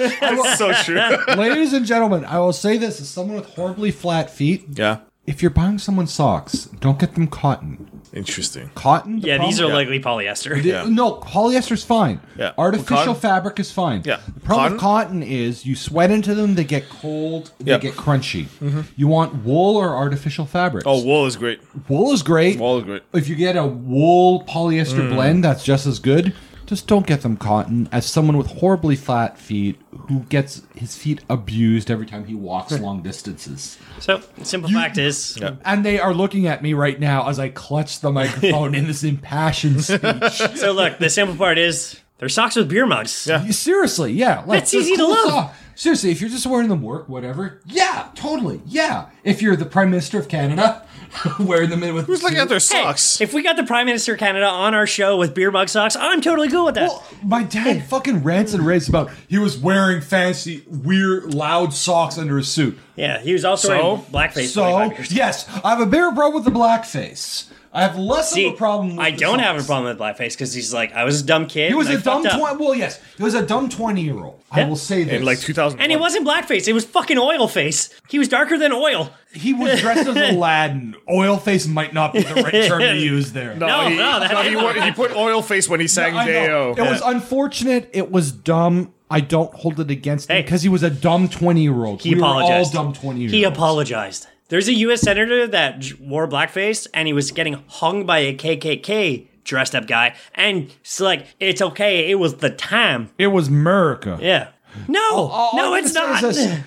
Speaker 5: It's so true.
Speaker 4: Ladies and gentlemen, I will say this as someone with horribly flat feet,
Speaker 5: yeah,
Speaker 4: if you're buying someone socks, don't get them cotton.
Speaker 5: interesting.
Speaker 4: Cotton? the
Speaker 1: yeah, these are
Speaker 4: problem-
Speaker 1: likely polyester.
Speaker 4: The- No, polyester's fine.
Speaker 5: Yeah.
Speaker 4: Artificial
Speaker 5: Well, cotton-
Speaker 4: fabric is fine.
Speaker 5: Yeah.
Speaker 4: The problem with cotton is you sweat into them, they get cold, they
Speaker 5: Yep. Mm-hmm.
Speaker 4: get crunchy. You want wool or artificial fabrics.
Speaker 5: Oh, wool is great.
Speaker 4: wool is great.
Speaker 5: Wool is great. Mm.
Speaker 4: If you get a wool polyester blend, that's just as good. Just don't get them cotton. As someone with horribly flat feet who gets his feet abused every time he walks long distances.
Speaker 1: So, simple fact is,
Speaker 4: And they are looking at me right now as I clutch the microphone in this impassioned speech.
Speaker 1: so look, the simple part is they're socks with beer mugs.
Speaker 5: Yeah.
Speaker 4: You- Seriously, yeah. Like,
Speaker 1: That's
Speaker 4: they're
Speaker 1: easy to love.
Speaker 4: sock- Seriously, if you're just wearing them work, whatever. Yeah, totally. Yeah. If you're the Prime Minister of Canada, wearing them in with.
Speaker 5: Who's looking at their
Speaker 1: Hey,
Speaker 5: socks?
Speaker 1: if we got the Prime Minister of Canada on our show with beer mug socks, I'm totally cool with that.
Speaker 4: Well, my dad fucking rants and raves about he was wearing fancy, weird, loud socks under his suit.
Speaker 1: yeah, he was also wearing blackface.
Speaker 4: So
Speaker 1: 25 years
Speaker 4: yes, I have a bigger problem with the blackface. I have less
Speaker 1: See,
Speaker 4: of a problem. With
Speaker 1: I
Speaker 4: the
Speaker 1: don't have a
Speaker 4: socks.
Speaker 1: problem with blackface because he's like, I was a dumb kid.
Speaker 4: He was
Speaker 1: and
Speaker 4: a
Speaker 1: I
Speaker 4: dumb
Speaker 1: fucked up.
Speaker 4: twenty. Well, yes, he was a dumb twenty-year-old. I
Speaker 1: Yeah.
Speaker 4: will say this.
Speaker 5: In like 2000.
Speaker 1: And it wasn't blackface. It was fucking oil face. He was darker than oil.
Speaker 4: he was dressed as Aladdin. Oilface might not be the right term to use there.
Speaker 1: No,
Speaker 5: he,
Speaker 1: no, that-
Speaker 5: he, wa- he put oil face when he sang
Speaker 4: I know.
Speaker 5: Deo.
Speaker 4: It was unfortunate. It was dumb. I don't hold it against him
Speaker 1: Hey.
Speaker 4: because he was a dumb twenty-year-old.
Speaker 1: He
Speaker 4: we
Speaker 1: apologized.
Speaker 4: Were all dumb twenty-year-olds.
Speaker 1: He apologized. There's a U.S. senator that j- wore blackface and he was getting hung by a KKK dressed up guy. And it's like, it's okay. It was the time.
Speaker 4: It was America.
Speaker 1: Yeah. No,
Speaker 4: All- all
Speaker 1: no,
Speaker 4: I'm
Speaker 1: it's
Speaker 4: gonna
Speaker 1: not.
Speaker 4: say is this.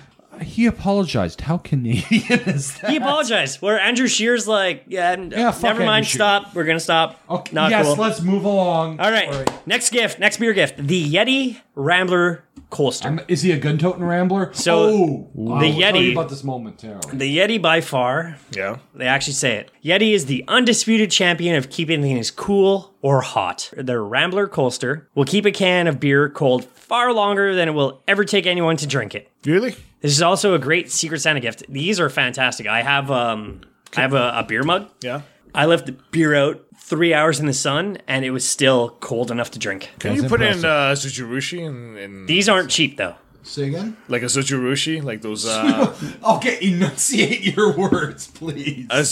Speaker 4: He apologized. How Canadian is that?
Speaker 1: He apologized. Where Andrew Shear's like, yeah, n-
Speaker 4: Yeah, fuck
Speaker 1: never mind,
Speaker 4: Andrew Scheer.
Speaker 1: stop. We're gonna stop.
Speaker 4: Okay,
Speaker 1: not
Speaker 4: yes,
Speaker 1: cool.
Speaker 4: let's move along.
Speaker 1: All right, next gift, next beer gift, the Yeti Rambler Coaster.
Speaker 4: Um, Is he a gun toting rambler?
Speaker 1: So,
Speaker 4: oh, I will tell
Speaker 1: Yeti-
Speaker 4: you about this momentarily.
Speaker 1: the Yeti by far,
Speaker 5: Yeah.
Speaker 1: they actually say it. Yeti is the undisputed champion of keeping things cool or hot. Their Rambler Coaster will keep a can of beer cold far longer than it will ever take anyone to drink it.
Speaker 5: Really?
Speaker 1: This is also a great Secret Santa gift. These are fantastic. I have um, I have a, a beer mug.
Speaker 5: Yeah.
Speaker 1: I left the beer out three hours in the sun, and it was still cold enough to drink.
Speaker 5: Can you put in uh, Zujurushi and, and
Speaker 1: These aren't cheap though.
Speaker 4: Say again.
Speaker 5: like a Zojurushi, like those uh,
Speaker 4: Okay, enunciate your words, please.
Speaker 5: a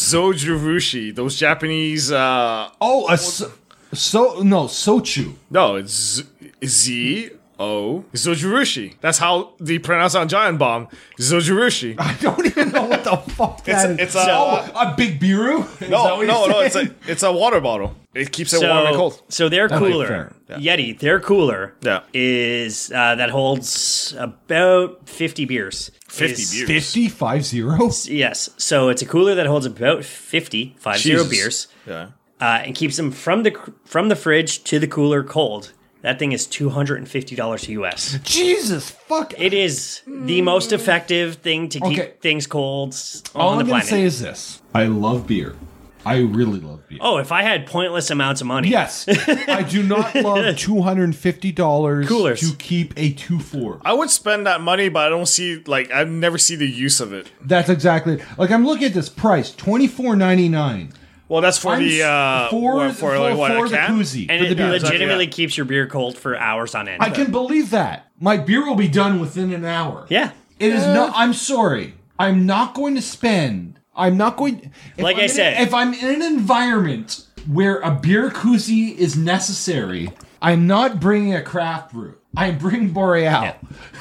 Speaker 5: Zojurushi, those Japanese. Uh,
Speaker 4: oh, a so, so no sochu.
Speaker 5: no, it's Z O Zojurushi. That's how they pronounce on Giant Bomb. Zojurushi.
Speaker 4: I don't even know what the fuck
Speaker 5: It's-
Speaker 4: that is.
Speaker 5: it's a-
Speaker 4: oh, a big biru. Is that
Speaker 5: No,
Speaker 4: what
Speaker 5: no,
Speaker 4: you're
Speaker 5: no. It's
Speaker 4: saying?
Speaker 5: a it's a water bottle. It keeps it
Speaker 1: So,
Speaker 5: warm and cold.
Speaker 1: so their
Speaker 4: be
Speaker 1: cooler,
Speaker 4: fair.
Speaker 1: Yeti, their cooler
Speaker 5: Yeah.
Speaker 1: is uh, that holds about fifty beers.
Speaker 5: 50
Speaker 1: Is-
Speaker 5: beers.
Speaker 4: fifty-five zero.
Speaker 1: Yes, so it's a cooler that holds about 50, five zero
Speaker 5: Jesus.
Speaker 1: beers,
Speaker 5: Yeah.
Speaker 1: uh, and keeps them from the cr- from the fridge to the cooler cold. That thing is two hundred and fifty dollars US.
Speaker 4: Jesus fuck.
Speaker 1: It is the most effective thing to keep
Speaker 4: Okay.
Speaker 1: things cold s-
Speaker 4: All
Speaker 1: on
Speaker 4: I'm
Speaker 1: the
Speaker 4: gonna
Speaker 1: planet.
Speaker 4: say is this: I love beer. I really love beer.
Speaker 1: Oh, if I had pointless amounts of money.
Speaker 4: Yes, I do not love two hundred and fifty dollars
Speaker 1: Coolers.
Speaker 4: to keep a two four.
Speaker 5: I would spend that money, but I don't see like I never see the use of it.
Speaker 4: That's exactly like I'm looking at this price twenty four ninety nine
Speaker 5: Well, that's for the uh,
Speaker 4: for,
Speaker 5: what,
Speaker 4: for,
Speaker 5: like, what, a
Speaker 4: for the
Speaker 5: can?
Speaker 4: koozie
Speaker 1: And
Speaker 4: for the
Speaker 1: it
Speaker 4: beer.
Speaker 1: legitimately
Speaker 5: yeah.
Speaker 1: keeps your beer cold for hours on end.
Speaker 4: I can believe that my beer will be done within an hour.
Speaker 1: yeah.
Speaker 4: It is not. I'm sorry. I'm not going to spend. I'm not going. if
Speaker 1: Like
Speaker 4: I'm
Speaker 1: I
Speaker 4: in-
Speaker 1: said-
Speaker 4: if I'm in an environment where a beer koozie is necessary, I'm not bringing a craft brew. I bring Boreal.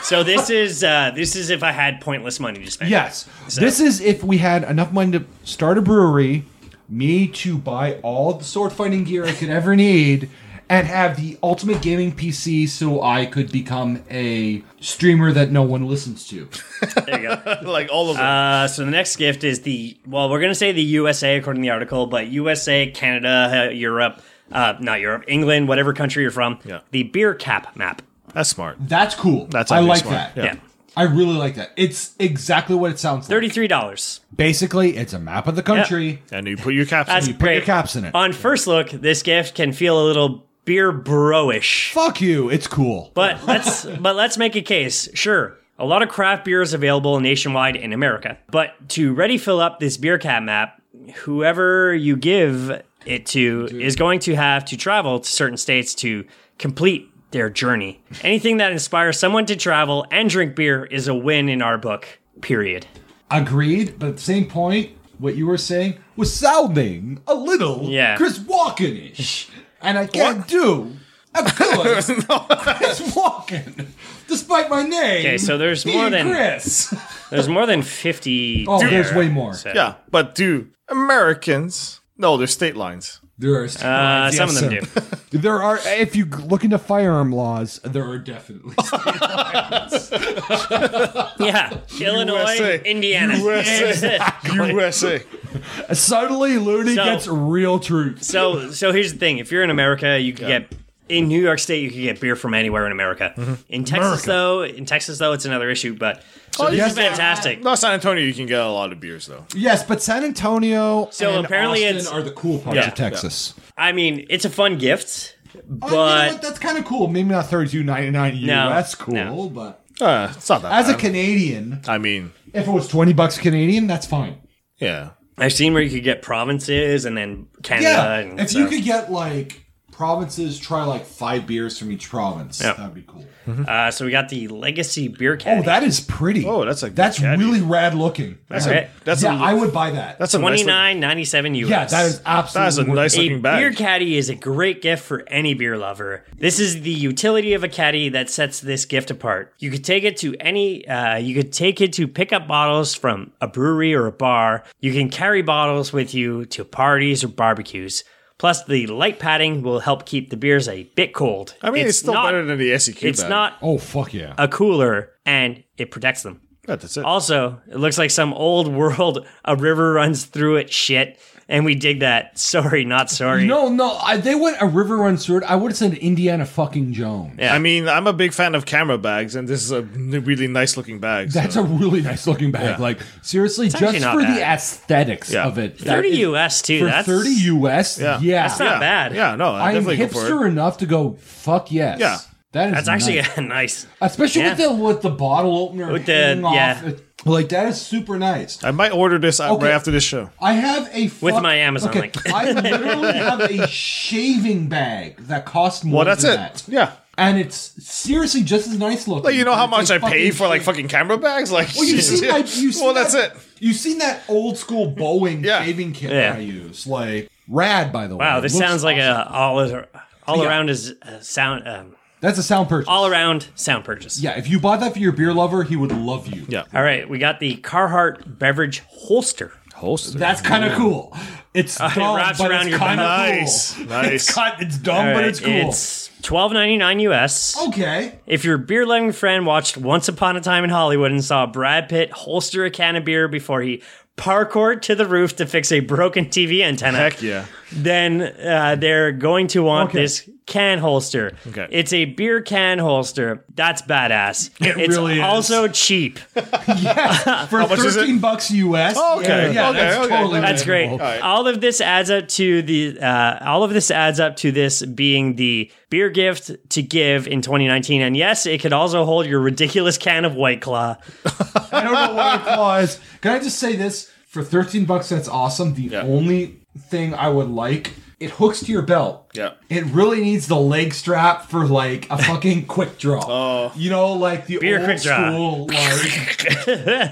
Speaker 1: So this is uh, this is if I had pointless money to spend.
Speaker 4: Yes, this is if we had enough money to start a brewery, me to buy all the sword fighting gear I could ever need, and have the ultimate gaming PC so I could become a streamer that no one listens to.
Speaker 1: There you go.
Speaker 5: like all of it.
Speaker 1: Uh, so the next gift is the well, we're gonna say the USA according to the article, but USA, Canada, uh, Europe, uh, not Europe, England, whatever country you're from.
Speaker 5: Yeah.
Speaker 1: The beer cap map.
Speaker 5: that's smart.
Speaker 4: That's cool.
Speaker 5: That's
Speaker 4: I
Speaker 5: actually
Speaker 4: like
Speaker 5: smart.
Speaker 4: that.
Speaker 1: Yeah.
Speaker 4: I really like that. It's exactly what it sounds like.
Speaker 1: Thirty-three dollars.
Speaker 4: Basically, it's a map of the country.
Speaker 5: And you put your caps.
Speaker 1: That's
Speaker 5: in.
Speaker 4: Put
Speaker 1: great.
Speaker 4: your caps in it.
Speaker 1: On first look, this gift can feel a little beer bro-ish.
Speaker 4: Fuck you. It's cool.
Speaker 1: But let's but let's make a case. Sure, a lot of craft beer is available nationwide in America. But to ready fill up this beer cat map, whoever you give it to is going to have to travel to certain states to complete their journey. Anything that inspires someone to travel and drink beer is a win in our book. Period.
Speaker 4: Agreed. But at the same point, what you were saying was sounding a little
Speaker 1: Yeah.
Speaker 4: Chris Walken ish. And I can't do a good Chris Walken. Despite my name.
Speaker 1: Okay, so there's
Speaker 4: being
Speaker 1: more than-
Speaker 4: Chris.
Speaker 1: There's more than 50
Speaker 4: Oh,
Speaker 1: there.
Speaker 4: there's way more.
Speaker 1: So-
Speaker 5: yeah, but do Americans? No, they're state lines.
Speaker 4: There are
Speaker 1: Uh, some of them do.
Speaker 4: do. There are, if you look into firearm laws, there are definitely.
Speaker 1: Yeah. Illinois,
Speaker 5: USA.
Speaker 1: Indiana.
Speaker 5: USA. USA.
Speaker 4: Suddenly, Looney
Speaker 1: So-
Speaker 4: gets real truth.
Speaker 1: So so here's the thing: if you're in America, you could get in New York State, you could get beer from anywhere in America.
Speaker 4: Mm-hmm.
Speaker 1: In Texas, though, in Texas though, it's another issue. But so this
Speaker 4: Oh, yes,
Speaker 1: is fantastic.
Speaker 5: Not San Antonio. You can get a lot of beers though.
Speaker 4: Yes, but San Antonio
Speaker 1: So
Speaker 4: and
Speaker 1: apparently
Speaker 4: Austin
Speaker 1: it's-
Speaker 4: are the cool parts
Speaker 1: Yeah.
Speaker 4: of Texas.
Speaker 1: I mean, it's a fun gift,
Speaker 4: Oh, you know
Speaker 1: but
Speaker 4: what? that's kind of cool. Maybe not thirty-two ninety-nine
Speaker 1: No,
Speaker 4: US cool,
Speaker 1: no.
Speaker 4: but
Speaker 5: Uh, it's not that.
Speaker 4: as a
Speaker 5: bad.
Speaker 4: Canadian,
Speaker 5: I mean,
Speaker 4: if it was twenty bucks Canadian, that's fine.
Speaker 5: yeah.
Speaker 1: I've seen where you could get provinces and uh, then Canada.
Speaker 4: Yeah,
Speaker 1: and
Speaker 4: if
Speaker 1: so-
Speaker 4: you could get like provinces, try like five beers from each province.
Speaker 1: Yeah.
Speaker 4: That'd be cool.
Speaker 1: uh, so we got the legacy beer caddy.
Speaker 4: Oh, that is pretty.
Speaker 5: Oh, that's a good
Speaker 4: that's
Speaker 5: caddy.
Speaker 4: really rad looking. That's
Speaker 1: All right.
Speaker 5: That's
Speaker 4: yeah,
Speaker 5: a,
Speaker 4: I would buy that.
Speaker 5: That's a
Speaker 1: Twenty
Speaker 5: nice look-
Speaker 1: nine ninety seven US.
Speaker 4: yeah, that is absolutely.
Speaker 5: That's a
Speaker 4: worth
Speaker 5: nice
Speaker 4: it.
Speaker 1: A
Speaker 5: looking bag.
Speaker 1: beer caddy is a great gift for any beer lover. This is the utility of a caddy that sets this gift apart. You could take it to any, uh, you could take it to pick up bottles from a brewery or a bar. You can carry bottles with you to parties or barbecues. Plus, the light padding will help keep the beers a bit cold.
Speaker 5: I mean, it's, still better than the SEQ.
Speaker 1: It's
Speaker 5: bag.
Speaker 1: not
Speaker 4: Oh fuck yeah!
Speaker 1: a cooler, and it protects them.
Speaker 5: Yeah, that's it.
Speaker 1: Also, it looks like some old world a river runs through it shit, and we dig that. Sorry, not sorry.
Speaker 4: no, no, I, they went a river run sword. I would have said Indiana fucking Jones.
Speaker 1: Yeah.
Speaker 5: I mean, I'm a big fan of camera bags, and this is a n- really nice looking bag. so-
Speaker 4: That's a really nice looking bag. Like seriously, just
Speaker 1: actually not
Speaker 4: for the
Speaker 1: bad.
Speaker 4: aesthetics
Speaker 5: Yeah.
Speaker 4: of it. that
Speaker 1: 30
Speaker 4: is-
Speaker 1: US too.
Speaker 4: for
Speaker 1: that's
Speaker 4: thirty US. Yeah,
Speaker 5: Yeah.
Speaker 1: That's not
Speaker 5: yeah.
Speaker 1: bad.
Speaker 5: Yeah, no, I
Speaker 4: I am
Speaker 5: definitely go for
Speaker 4: hipster
Speaker 5: it.
Speaker 4: enough to go. Fuck yes.
Speaker 5: Yeah.
Speaker 4: that is.
Speaker 1: That's actually
Speaker 4: nice.
Speaker 1: a nice.
Speaker 4: especially with
Speaker 1: yeah.
Speaker 4: the with the bottle opener
Speaker 1: With the-
Speaker 4: hanging off.
Speaker 1: yeah.
Speaker 4: It- like that is super nice.
Speaker 5: I might order this out
Speaker 4: Okay.
Speaker 5: right after this show.
Speaker 4: I have a fuck,
Speaker 1: With my Amazon
Speaker 4: okay,
Speaker 1: link.
Speaker 4: I literally have a shaving bag that costs more.
Speaker 5: Well, that's
Speaker 4: than
Speaker 5: it.
Speaker 4: That.
Speaker 5: Yeah.
Speaker 4: and it's seriously just as nice looking.
Speaker 5: Like, you know
Speaker 4: but
Speaker 5: how
Speaker 4: it's
Speaker 5: much
Speaker 4: a
Speaker 5: I pay
Speaker 4: fucking
Speaker 5: for like
Speaker 4: shave-
Speaker 5: fucking camera bags? Like,
Speaker 4: Well, you seen that? You seen
Speaker 5: well,
Speaker 4: that-
Speaker 5: that's it.
Speaker 4: You seen that old school Boeing
Speaker 5: Yeah.
Speaker 4: shaving kit
Speaker 1: Yeah.
Speaker 4: I use? Like rad, by the way.
Speaker 1: Wow, this
Speaker 4: Looks
Speaker 1: sounds like
Speaker 4: awesome.
Speaker 1: a all all
Speaker 4: Yeah.
Speaker 1: around is uh sound um,
Speaker 4: that's a sound purchase.
Speaker 1: all around sound purchase.
Speaker 4: yeah, if you bought that for your beer lover, he would love you.
Speaker 5: Yeah.
Speaker 1: All right, we got the Carhartt beverage holster.
Speaker 5: Holster.
Speaker 4: that's kind of cool. It's dumb,
Speaker 1: wraps
Speaker 4: but
Speaker 1: around
Speaker 4: it's
Speaker 1: your
Speaker 4: kind of
Speaker 1: bum.
Speaker 5: Nice.
Speaker 4: cool.
Speaker 5: Nice.
Speaker 4: It's, cut, it's dumb,
Speaker 1: All
Speaker 4: Oh, but
Speaker 1: right,
Speaker 4: it's cool. Oh.
Speaker 1: It's twelve ninety nine US.
Speaker 4: okay.
Speaker 1: If your beer loving friend watched Once Upon a Time in Hollywood and saw Brad Pitt holster a can of beer before he parkour to the roof to fix a broken TV antenna.
Speaker 5: Heck yeah.
Speaker 1: Then uh, they're going to want this can holster.
Speaker 5: Okay.
Speaker 1: It's a beer can holster. That's badass.
Speaker 4: It
Speaker 1: it's
Speaker 4: really is.
Speaker 1: also cheap.
Speaker 4: for
Speaker 5: much is it?
Speaker 4: thirteen bucks US.
Speaker 5: Oh, okay.
Speaker 4: yeah, yeah,
Speaker 5: Okay,
Speaker 4: that's
Speaker 5: okay.
Speaker 4: totally
Speaker 1: That's great.
Speaker 4: reasonable.
Speaker 5: right.
Speaker 1: All of this adds up to the uh, all of this adds up to this being the beer gift to give in 2019. And yes, it could also hold your ridiculous can of White Claw.
Speaker 4: I don't know what it was. Can I just say this? For 13 bucks, that's awesome. The only thing I would like, it hooks to your belt.
Speaker 5: Yeah.
Speaker 4: It really needs the leg strap for like a fucking quick draw. Oh. You know, like the
Speaker 1: Beer
Speaker 4: old
Speaker 1: quick draw.
Speaker 4: school, like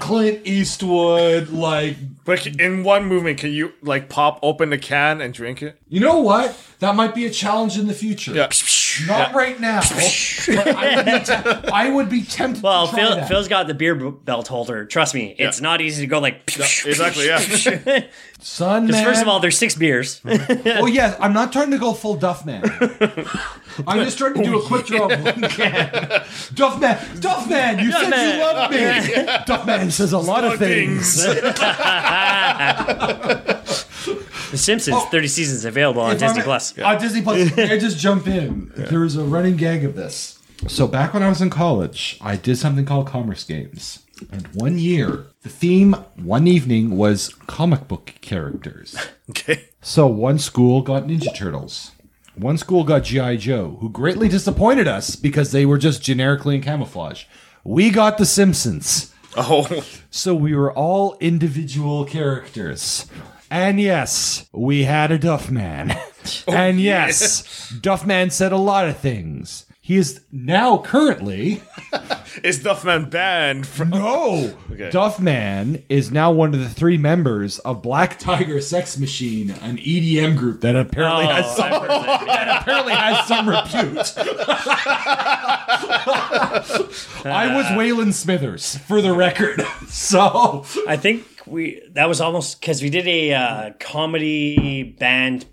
Speaker 4: Clint Eastwood, like
Speaker 5: But in one movement, can you like pop open the can and drink it?
Speaker 4: you know what? That might be a challenge in the future.
Speaker 5: Yeah.
Speaker 4: Not right now. but I would be temp- I would be tempted
Speaker 1: Well,
Speaker 4: to try
Speaker 1: Phil,
Speaker 4: that.
Speaker 1: Phil's got the beer b- belt holder. Trust me, it's not easy to go like.
Speaker 5: Exactly. Yeah.
Speaker 4: Son, man.
Speaker 1: First of all, there's six beers.
Speaker 4: Oh yes, I'm not trying to go full Duff Man. I'm just trying to do a quick draw of one can. Duff Man, Duff Man, you said
Speaker 1: Man.
Speaker 4: you loved me. Duff Man says a lot of things.
Speaker 1: the Simpsons, 30 seasons available on
Speaker 4: Oh. If I'm-
Speaker 1: Disney Plus.
Speaker 4: On Disney Plus, may I just jump in. There is a running gag of this. So back when I was in college, I did something called Commerce Games. And one year, the theme one evening was comic book characters.
Speaker 5: okay.
Speaker 4: So one school got Ninja Turtles. One school got G.I. Joe, who greatly disappointed us because they were just generically in camouflage. We got The Simpsons.
Speaker 5: Oh,
Speaker 4: So we were all individual characters. And yes, we had a Duffman.
Speaker 1: Oh,
Speaker 4: and yes, Duffman said a lot of things. He is now currently.
Speaker 5: is Duffman banned? From-
Speaker 4: No! Duffman is now one of the three members of Black Tiger Sex Machine, an EDM group that apparently
Speaker 1: Oh,
Speaker 4: has
Speaker 1: I've heard that.
Speaker 4: apparently has some repute. I was Waylon Smithers, for the record. So
Speaker 1: I think we that was almost because we did a uh, comedy band.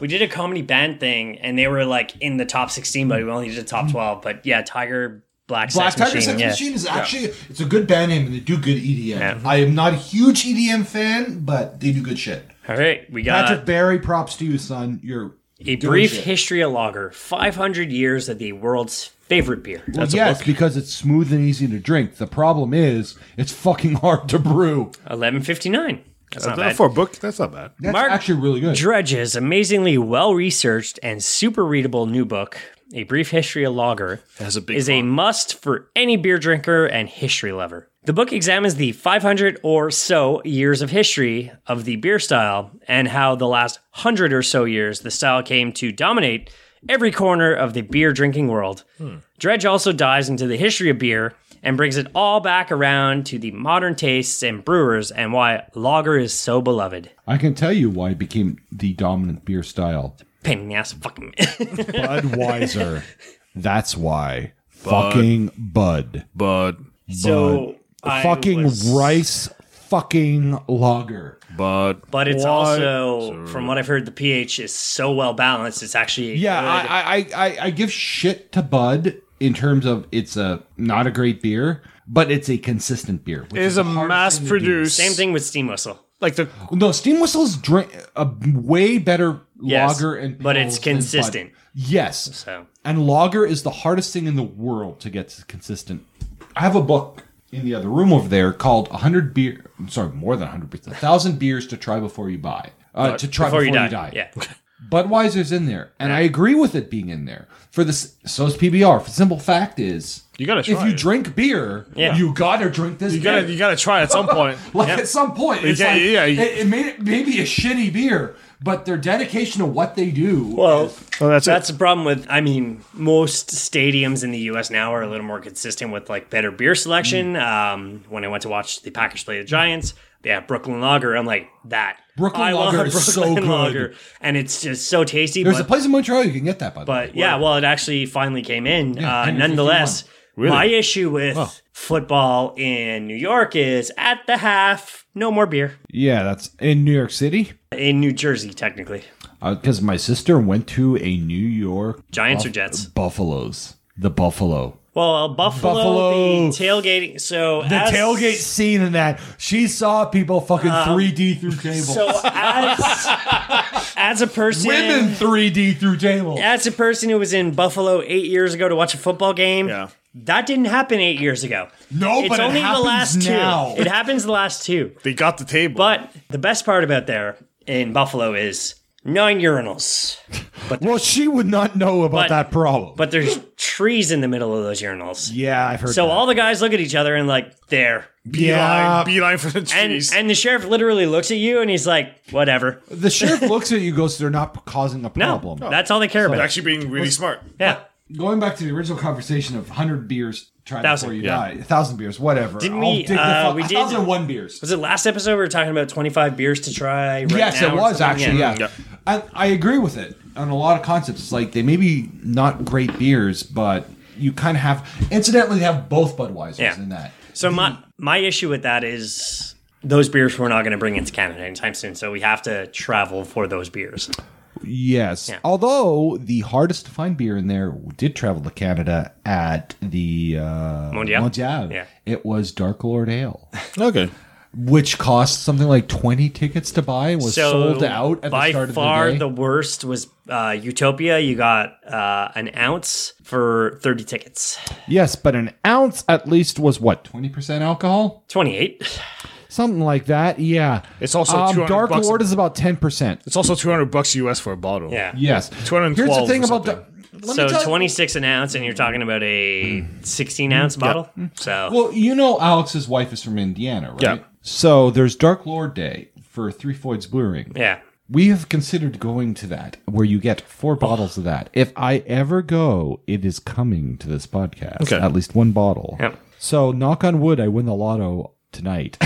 Speaker 1: we did a comedy band thing, and they were like in the top sixteen, but we only did the top twelve. But yeah, Tiger Black,
Speaker 4: Black
Speaker 1: Sex
Speaker 4: Tiger
Speaker 1: Machine.
Speaker 4: Sex
Speaker 1: yeah.
Speaker 4: Machine is actually it's a good band name and they do good EDM. I am not a huge EDM fan, but they do good shit.
Speaker 1: All right, we got
Speaker 4: Patrick Barry, props to you, son. You're
Speaker 1: a
Speaker 4: doing
Speaker 1: brief
Speaker 4: shit.
Speaker 1: history of lager. Five hundred years of the world's favorite beer.
Speaker 4: Well, yes, because it's smooth and easy to drink. The problem is it's fucking hard to brew.
Speaker 1: Eleven fifty nine. That's not bad.
Speaker 5: for a book, that's not bad.
Speaker 4: That's
Speaker 1: Mark
Speaker 4: actually really good.
Speaker 1: Drudge's amazingly well researched and super readable new book, A Brief History of Lager,
Speaker 5: Has a big
Speaker 1: is a must for any beer drinker and history lover. The book examines the 500 or so years of history of the beer style and how the last 100 or so years the style came to dominate every corner of the beer drinking world. Dredge also dives into the history of beer and brings it all back around to the modern tastes and brewers and why lager is so beloved.
Speaker 4: I can tell you why it became the dominant beer style.
Speaker 1: Pain in the ass, fucking.
Speaker 4: Budweiser. That's why. Fucking Bud.
Speaker 5: Bud,
Speaker 1: so I
Speaker 4: fucking
Speaker 1: was-
Speaker 4: rice fucking lager.
Speaker 5: Bud.
Speaker 1: But it's also, from what I've heard, the pH is so well balanced. It's actually
Speaker 4: Yeah,
Speaker 1: good.
Speaker 4: I, I, I, I- I give shit to Bud in terms of it's a not a great beer, but it's a consistent beer. which
Speaker 5: Is a
Speaker 4: the hardest
Speaker 5: mass
Speaker 4: thing to do.
Speaker 5: produced
Speaker 1: same thing with Steam Whistle.
Speaker 5: Like the
Speaker 4: No, Steam Whistle's drink a way better
Speaker 1: Yes,
Speaker 4: lager and
Speaker 1: but
Speaker 4: pale
Speaker 1: it's
Speaker 4: than Bud.
Speaker 1: consistent.
Speaker 4: Yes.
Speaker 1: So
Speaker 4: And lager is the hardest thing in the world to get to consistent. I have a book in the other room over there called 100 beer, I'm sorry, more than 100 beers, 1000 beers to try before you buy. Uh, to try
Speaker 1: before,
Speaker 4: before,
Speaker 1: you, die. yeah.
Speaker 4: Budweiser's in there, and I agree with it being in there. For this, so is PBR. For the simple fact is,
Speaker 5: You gotta
Speaker 4: if
Speaker 5: try
Speaker 4: you
Speaker 5: it.
Speaker 4: drink beer,
Speaker 1: Yeah.
Speaker 4: you gotta drink this.
Speaker 5: you gotta
Speaker 4: beer.
Speaker 5: you gotta try at some point.
Speaker 4: like at some point, it's
Speaker 5: Yeah,
Speaker 4: like,
Speaker 5: yeah, yeah.
Speaker 4: It, it made it maybe a shitty beer, but their dedication to what they do.
Speaker 1: Well,
Speaker 5: Well, Oh, that's
Speaker 1: that's the problem with. I mean, most stadiums in the U.S. now are a little more consistent with like better beer selection.
Speaker 4: Mm.
Speaker 1: Um, when I went to watch the Packers play the Giants, they have Brooklyn Lager. I'm like that.
Speaker 4: Brooklyn
Speaker 1: I want
Speaker 4: Lager is so good.
Speaker 1: and it's just so tasty.
Speaker 4: There's
Speaker 1: but
Speaker 4: a place in Montreal you can get that, by the way.
Speaker 1: But yeah, well, it actually finally came in.
Speaker 4: Yeah,
Speaker 1: uh,
Speaker 4: 10 to
Speaker 1: nonetheless,
Speaker 4: 51.
Speaker 1: my issue with football in New York is at the half, no more beer.
Speaker 4: Yeah, that's in New York City. uh,
Speaker 1: In New Jersey, technically.
Speaker 4: Because my sister went to a New York
Speaker 1: Giants or Jets?
Speaker 4: Buffaloes, the Buffalo,
Speaker 1: Well, uh, Buffalo,
Speaker 4: Buffalo.
Speaker 1: the tailgating. So
Speaker 4: The tailgate scene in that. She saw people fucking
Speaker 5: Uh,
Speaker 4: 3D through table.
Speaker 1: So as as a person,
Speaker 4: Women 3D through table.
Speaker 1: as a person who was in Buffalo eight years ago to watch a football game,
Speaker 5: Yeah.
Speaker 1: that didn't happen eight years ago.
Speaker 4: No,
Speaker 1: it's
Speaker 4: but it
Speaker 1: only the
Speaker 4: happens
Speaker 1: last
Speaker 4: now.
Speaker 1: two. It happens the last two.
Speaker 5: They got the table.
Speaker 1: But the best part about there in Buffalo is nine urinals,
Speaker 4: Well, she would not know
Speaker 1: But-
Speaker 4: about that problem.
Speaker 1: but there's trees in the middle of those urinals.
Speaker 4: yeah, I've heard.
Speaker 1: So
Speaker 4: that.
Speaker 1: all the guys look at each other and like, there.
Speaker 4: yeah,
Speaker 5: beeline, beeline for the
Speaker 1: And
Speaker 5: trees.
Speaker 1: and the sheriff literally looks at you and he's like, whatever.
Speaker 4: the sheriff looks at you, and goes, "They're not causing a
Speaker 1: No,
Speaker 4: problem."
Speaker 1: that's all they care about.
Speaker 5: actually being really smart.
Speaker 1: yeah.
Speaker 4: Going back to the original conversation of hundred beers, try
Speaker 1: Thousand,
Speaker 4: before you
Speaker 5: yeah.
Speaker 4: die, a thousand beers, whatever.
Speaker 1: Didn't
Speaker 4: I'll
Speaker 1: we,
Speaker 4: dig the
Speaker 1: uh,
Speaker 4: fuck-
Speaker 1: we
Speaker 4: a
Speaker 1: did-
Speaker 4: thousand and one beers.
Speaker 1: Was it last episode we were talking about 25 beers to try? Right
Speaker 4: yes,
Speaker 1: now
Speaker 4: it
Speaker 1: or
Speaker 4: was
Speaker 1: something?
Speaker 4: actually. Yeah, I, I agree with it on a lot of concepts. It's like they may be not great beers, but you kind of have. Incidentally, they have both Budweisers
Speaker 1: Yeah.
Speaker 4: in that.
Speaker 1: So my my issue with that is those beers we're not going to bring into Canada anytime soon. So we have to travel for those beers.
Speaker 4: Yes.
Speaker 1: Yeah.
Speaker 4: Although the hardest to find beer in there did travel to Canada at the uh,
Speaker 1: Mondial?
Speaker 4: Mondial.
Speaker 1: Yeah.
Speaker 4: It was Dark Lord Ale,
Speaker 5: Okay.
Speaker 4: which cost something like 20 tickets to buy and was
Speaker 1: so
Speaker 4: sold out at
Speaker 1: by
Speaker 4: the start
Speaker 1: far
Speaker 4: of the day.
Speaker 1: worst was uh, Utopia. You got uh, an ounce for 30 tickets,
Speaker 4: yes, but an ounce at least was what, 20% alcohol?
Speaker 1: 28.
Speaker 4: Something like that. Yeah. Um,
Speaker 5: It's also 200
Speaker 4: Dark
Speaker 5: bucks.
Speaker 4: Lord is about 10%.
Speaker 5: It's also 200 bucks US for a bottle.
Speaker 1: Yeah.
Speaker 4: Yes. Here's
Speaker 5: 212
Speaker 4: the thing
Speaker 5: or
Speaker 4: about the.
Speaker 5: something.
Speaker 4: Let me
Speaker 1: so
Speaker 4: tell you-
Speaker 1: 26 an ounce, and you're talking about a 16 ounce bottle. So
Speaker 4: Mm. Well, you know Alex's wife is from Indiana, right?
Speaker 5: Yeah.
Speaker 4: So there's Dark Lord Day for Three Floyds Blue Ring.
Speaker 1: yeah,
Speaker 4: We have considered going to that, where you get four bottles of that. If I ever go, it is coming to this podcast.
Speaker 5: Okay.
Speaker 4: At least one bottle.
Speaker 1: Yep.
Speaker 4: So knock on wood, I win the lotto tonight.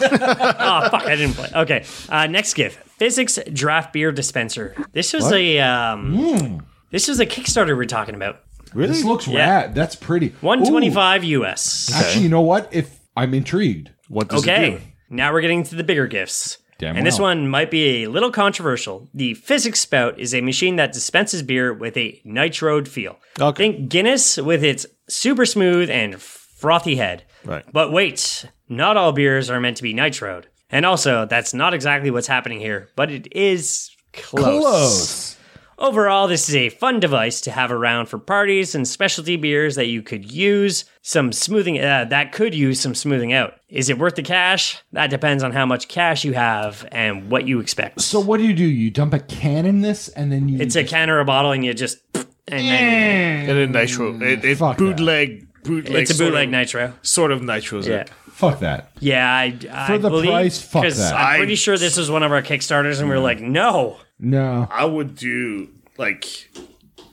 Speaker 1: oh fuck, I didn't play. Okay, uh, next gift: physics draft beer dispenser. This was a um,
Speaker 4: Mm.
Speaker 1: this was a Kickstarter we're talking about.
Speaker 4: really? This looks
Speaker 1: Yeah.
Speaker 4: rad. That's pretty. Ooh.
Speaker 1: One twenty five US.
Speaker 4: Actually, you know what? If I'm intrigued.
Speaker 5: What does it do?
Speaker 1: Okay, now we're getting to the bigger gifts.
Speaker 4: Damn
Speaker 1: and this
Speaker 4: well.
Speaker 1: one might be a little controversial. The Physics Spout is a machine that dispenses beer with a nitroed feel.
Speaker 5: Okay.
Speaker 1: Think Guinness with its super smooth and frothy head.
Speaker 5: Right.
Speaker 1: But wait, not all beers are meant to be nitroed. And also, that's not exactly what's happening here, but it is close. Overall, this is a fun device to have around for parties and specialty beers that you could use some smoothing uh, that could use some smoothing out. Is it worth the cash? That depends on how much cash you have and what you expect.
Speaker 4: So what do you do? You dump a can in this, and then you.
Speaker 1: it's a can or a bottle, and you just and then
Speaker 5: And then nitro. It, it
Speaker 4: Fuck that.
Speaker 5: bootleg, bootleg.
Speaker 1: it's a bootleg
Speaker 5: sort of,
Speaker 1: nitro.
Speaker 5: Sort of nitro's.
Speaker 1: Yeah,
Speaker 5: it.
Speaker 4: Fuck that.
Speaker 1: yeah. I, I
Speaker 4: For the
Speaker 1: believe,
Speaker 4: price, fuck
Speaker 1: 'cause
Speaker 4: that.
Speaker 1: I'm
Speaker 5: I-
Speaker 1: pretty sure this was one of our kickstarters, and we were like, no.
Speaker 4: No,
Speaker 5: I would do like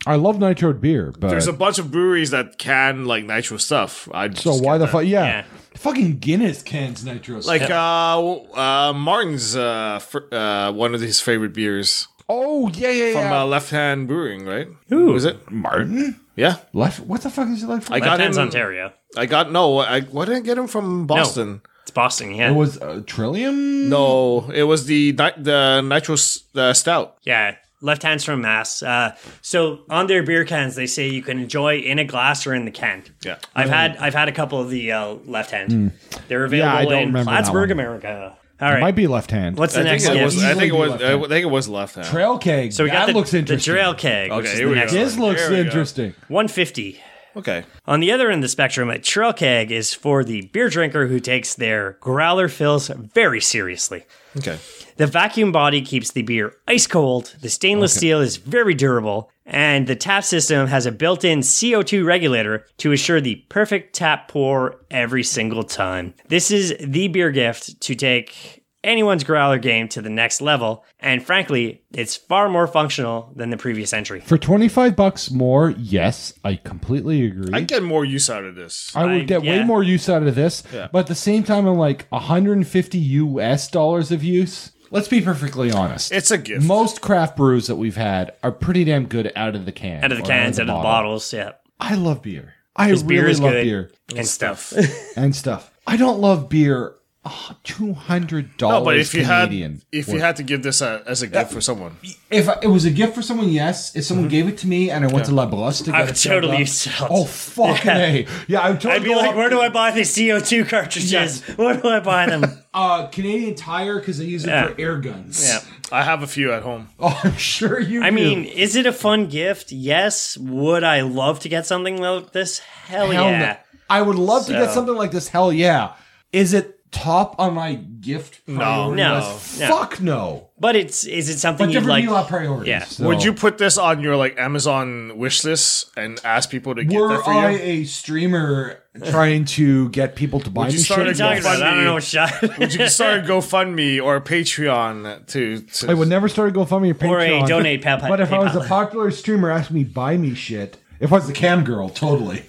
Speaker 4: I love nitroed beer, but
Speaker 5: there's a bunch of breweries that can like nitro stuff. I
Speaker 4: so why the fuck? Yeah.
Speaker 1: Yeah.
Speaker 4: Fucking Guinness cans nitro.
Speaker 5: Like uh, w- uh, Martin's uh, fr- uh, one of his favorite beers
Speaker 4: oh yeah, yeah,
Speaker 5: from
Speaker 4: yeah.
Speaker 5: uh, Left Hand Brewing, right? Who is it? Martin. Yeah,
Speaker 4: Left. What the fuck is it like?
Speaker 5: I got
Speaker 1: Left
Speaker 5: him.
Speaker 1: hand's Ontario.
Speaker 5: I got no. I why did I get him from Boston?
Speaker 1: It's Boston. Yeah,
Speaker 4: It was uh, Trillium?
Speaker 5: No, it was the ni- the nitro s- the stout.
Speaker 1: Yeah, left hands from mass. Uh, so on their beer cans, they say you can enjoy in a glass or in the can.
Speaker 5: Yeah.
Speaker 1: I've had I've had a couple of the uh, left hand. They're
Speaker 4: Hmm. Yeah, I
Speaker 1: available
Speaker 4: don't
Speaker 1: in
Speaker 4: remember that
Speaker 1: Plattsburgh,
Speaker 4: one.
Speaker 1: America. All right,
Speaker 4: Might be left hand.
Speaker 1: what's the
Speaker 5: I
Speaker 1: next
Speaker 5: think it
Speaker 1: gift?
Speaker 5: was. I think it
Speaker 4: Easily
Speaker 5: was.
Speaker 4: left
Speaker 5: I
Speaker 4: hand.
Speaker 5: think it was left hand.
Speaker 4: trail keg?
Speaker 1: so we got
Speaker 4: that
Speaker 1: the,
Speaker 4: looks interesting.
Speaker 1: the trail keg. which
Speaker 5: Okay,
Speaker 1: is
Speaker 5: here
Speaker 1: the
Speaker 5: we
Speaker 1: next
Speaker 5: go.
Speaker 1: one.
Speaker 4: This looks
Speaker 5: There we go.
Speaker 4: interesting.
Speaker 1: 150.
Speaker 5: Okay.
Speaker 1: On the other end of the spectrum, a trail keg is for the beer drinker who takes their growler fills very seriously.
Speaker 5: Okay.
Speaker 1: The vacuum body keeps the beer ice cold, the stainless steel is very durable, and the tap system has a built in CO2 regulator to assure the perfect tap pour every single time. This is the beer gift to take anyone's growler game to the next level, and frankly, it's far more functional than the previous entry.
Speaker 4: For twenty five bucks more, yes, I completely agree.
Speaker 5: I get more use out of this.
Speaker 4: I would
Speaker 1: I-
Speaker 4: get way
Speaker 1: yeah.
Speaker 4: more use out of this, but at the same time, I'm like 150 US dollars of use. Let's be perfectly honest.
Speaker 5: It's a gift.
Speaker 4: Most craft brews that we've had are pretty damn good out of the can,
Speaker 1: Out of the
Speaker 4: or
Speaker 1: cans, out of the
Speaker 4: bottle.
Speaker 1: bottles, yeah.
Speaker 4: I love beer. I
Speaker 1: This
Speaker 4: really
Speaker 1: beer is
Speaker 4: love
Speaker 1: good
Speaker 4: beer
Speaker 1: and stuff.
Speaker 4: and stuff. I don't love beer uh, two hundred dollars.
Speaker 5: No, but if you
Speaker 4: Canadian Uh,
Speaker 5: had if you
Speaker 4: worth.
Speaker 5: had to give this a, as a gift for someone,
Speaker 4: if I- it was a gift for someone, yes. If someone gave it to me and I went to La Brosse to
Speaker 1: I
Speaker 4: get
Speaker 1: would
Speaker 4: it filled
Speaker 1: Mm-hmm. totally
Speaker 4: up-
Speaker 1: sell it.
Speaker 4: Oh fucking
Speaker 1: Yeah.
Speaker 4: a! Yeah, I would totally
Speaker 1: I'd be
Speaker 4: go
Speaker 1: like,
Speaker 4: up-
Speaker 1: where do I buy these CO2 cartridges? Where do I buy them?
Speaker 4: uh, Canadian Tire because they use it
Speaker 1: Yeah.
Speaker 4: for air guns.
Speaker 1: yeah.
Speaker 5: I have a few at home.
Speaker 4: Oh, I'm sure you.
Speaker 1: I
Speaker 4: do.
Speaker 1: mean, is it a fun gift? Yes. Would I love to get something like this? Hell,
Speaker 4: Hell
Speaker 1: yeah.
Speaker 4: no. I would love to get
Speaker 1: So-
Speaker 4: something like this. Hell yeah! Is it top on my gift? No,
Speaker 1: No, no.
Speaker 4: Fuck no.
Speaker 1: But it's is it something
Speaker 4: But
Speaker 1: you'd
Speaker 4: different
Speaker 1: like?
Speaker 4: meal out priorities.
Speaker 1: Yeah.
Speaker 4: so-
Speaker 5: Would you put this on your like Amazon wish list and ask people to get that
Speaker 4: Were
Speaker 5: for
Speaker 4: I
Speaker 5: you?
Speaker 4: a streamer trying to get people to buy
Speaker 5: Would you
Speaker 4: me
Speaker 5: start
Speaker 4: shit?
Speaker 5: a
Speaker 1: Talking about, I don't know what shot.
Speaker 5: Would you start a GoFundMe or a Patreon to? to
Speaker 4: I would never start a GoFundMe or Patreon.
Speaker 1: Or a donate pal-
Speaker 4: But if I was a
Speaker 1: PayPal.
Speaker 4: popular streamer asking me buy me shit, if I was the cam girl, totally.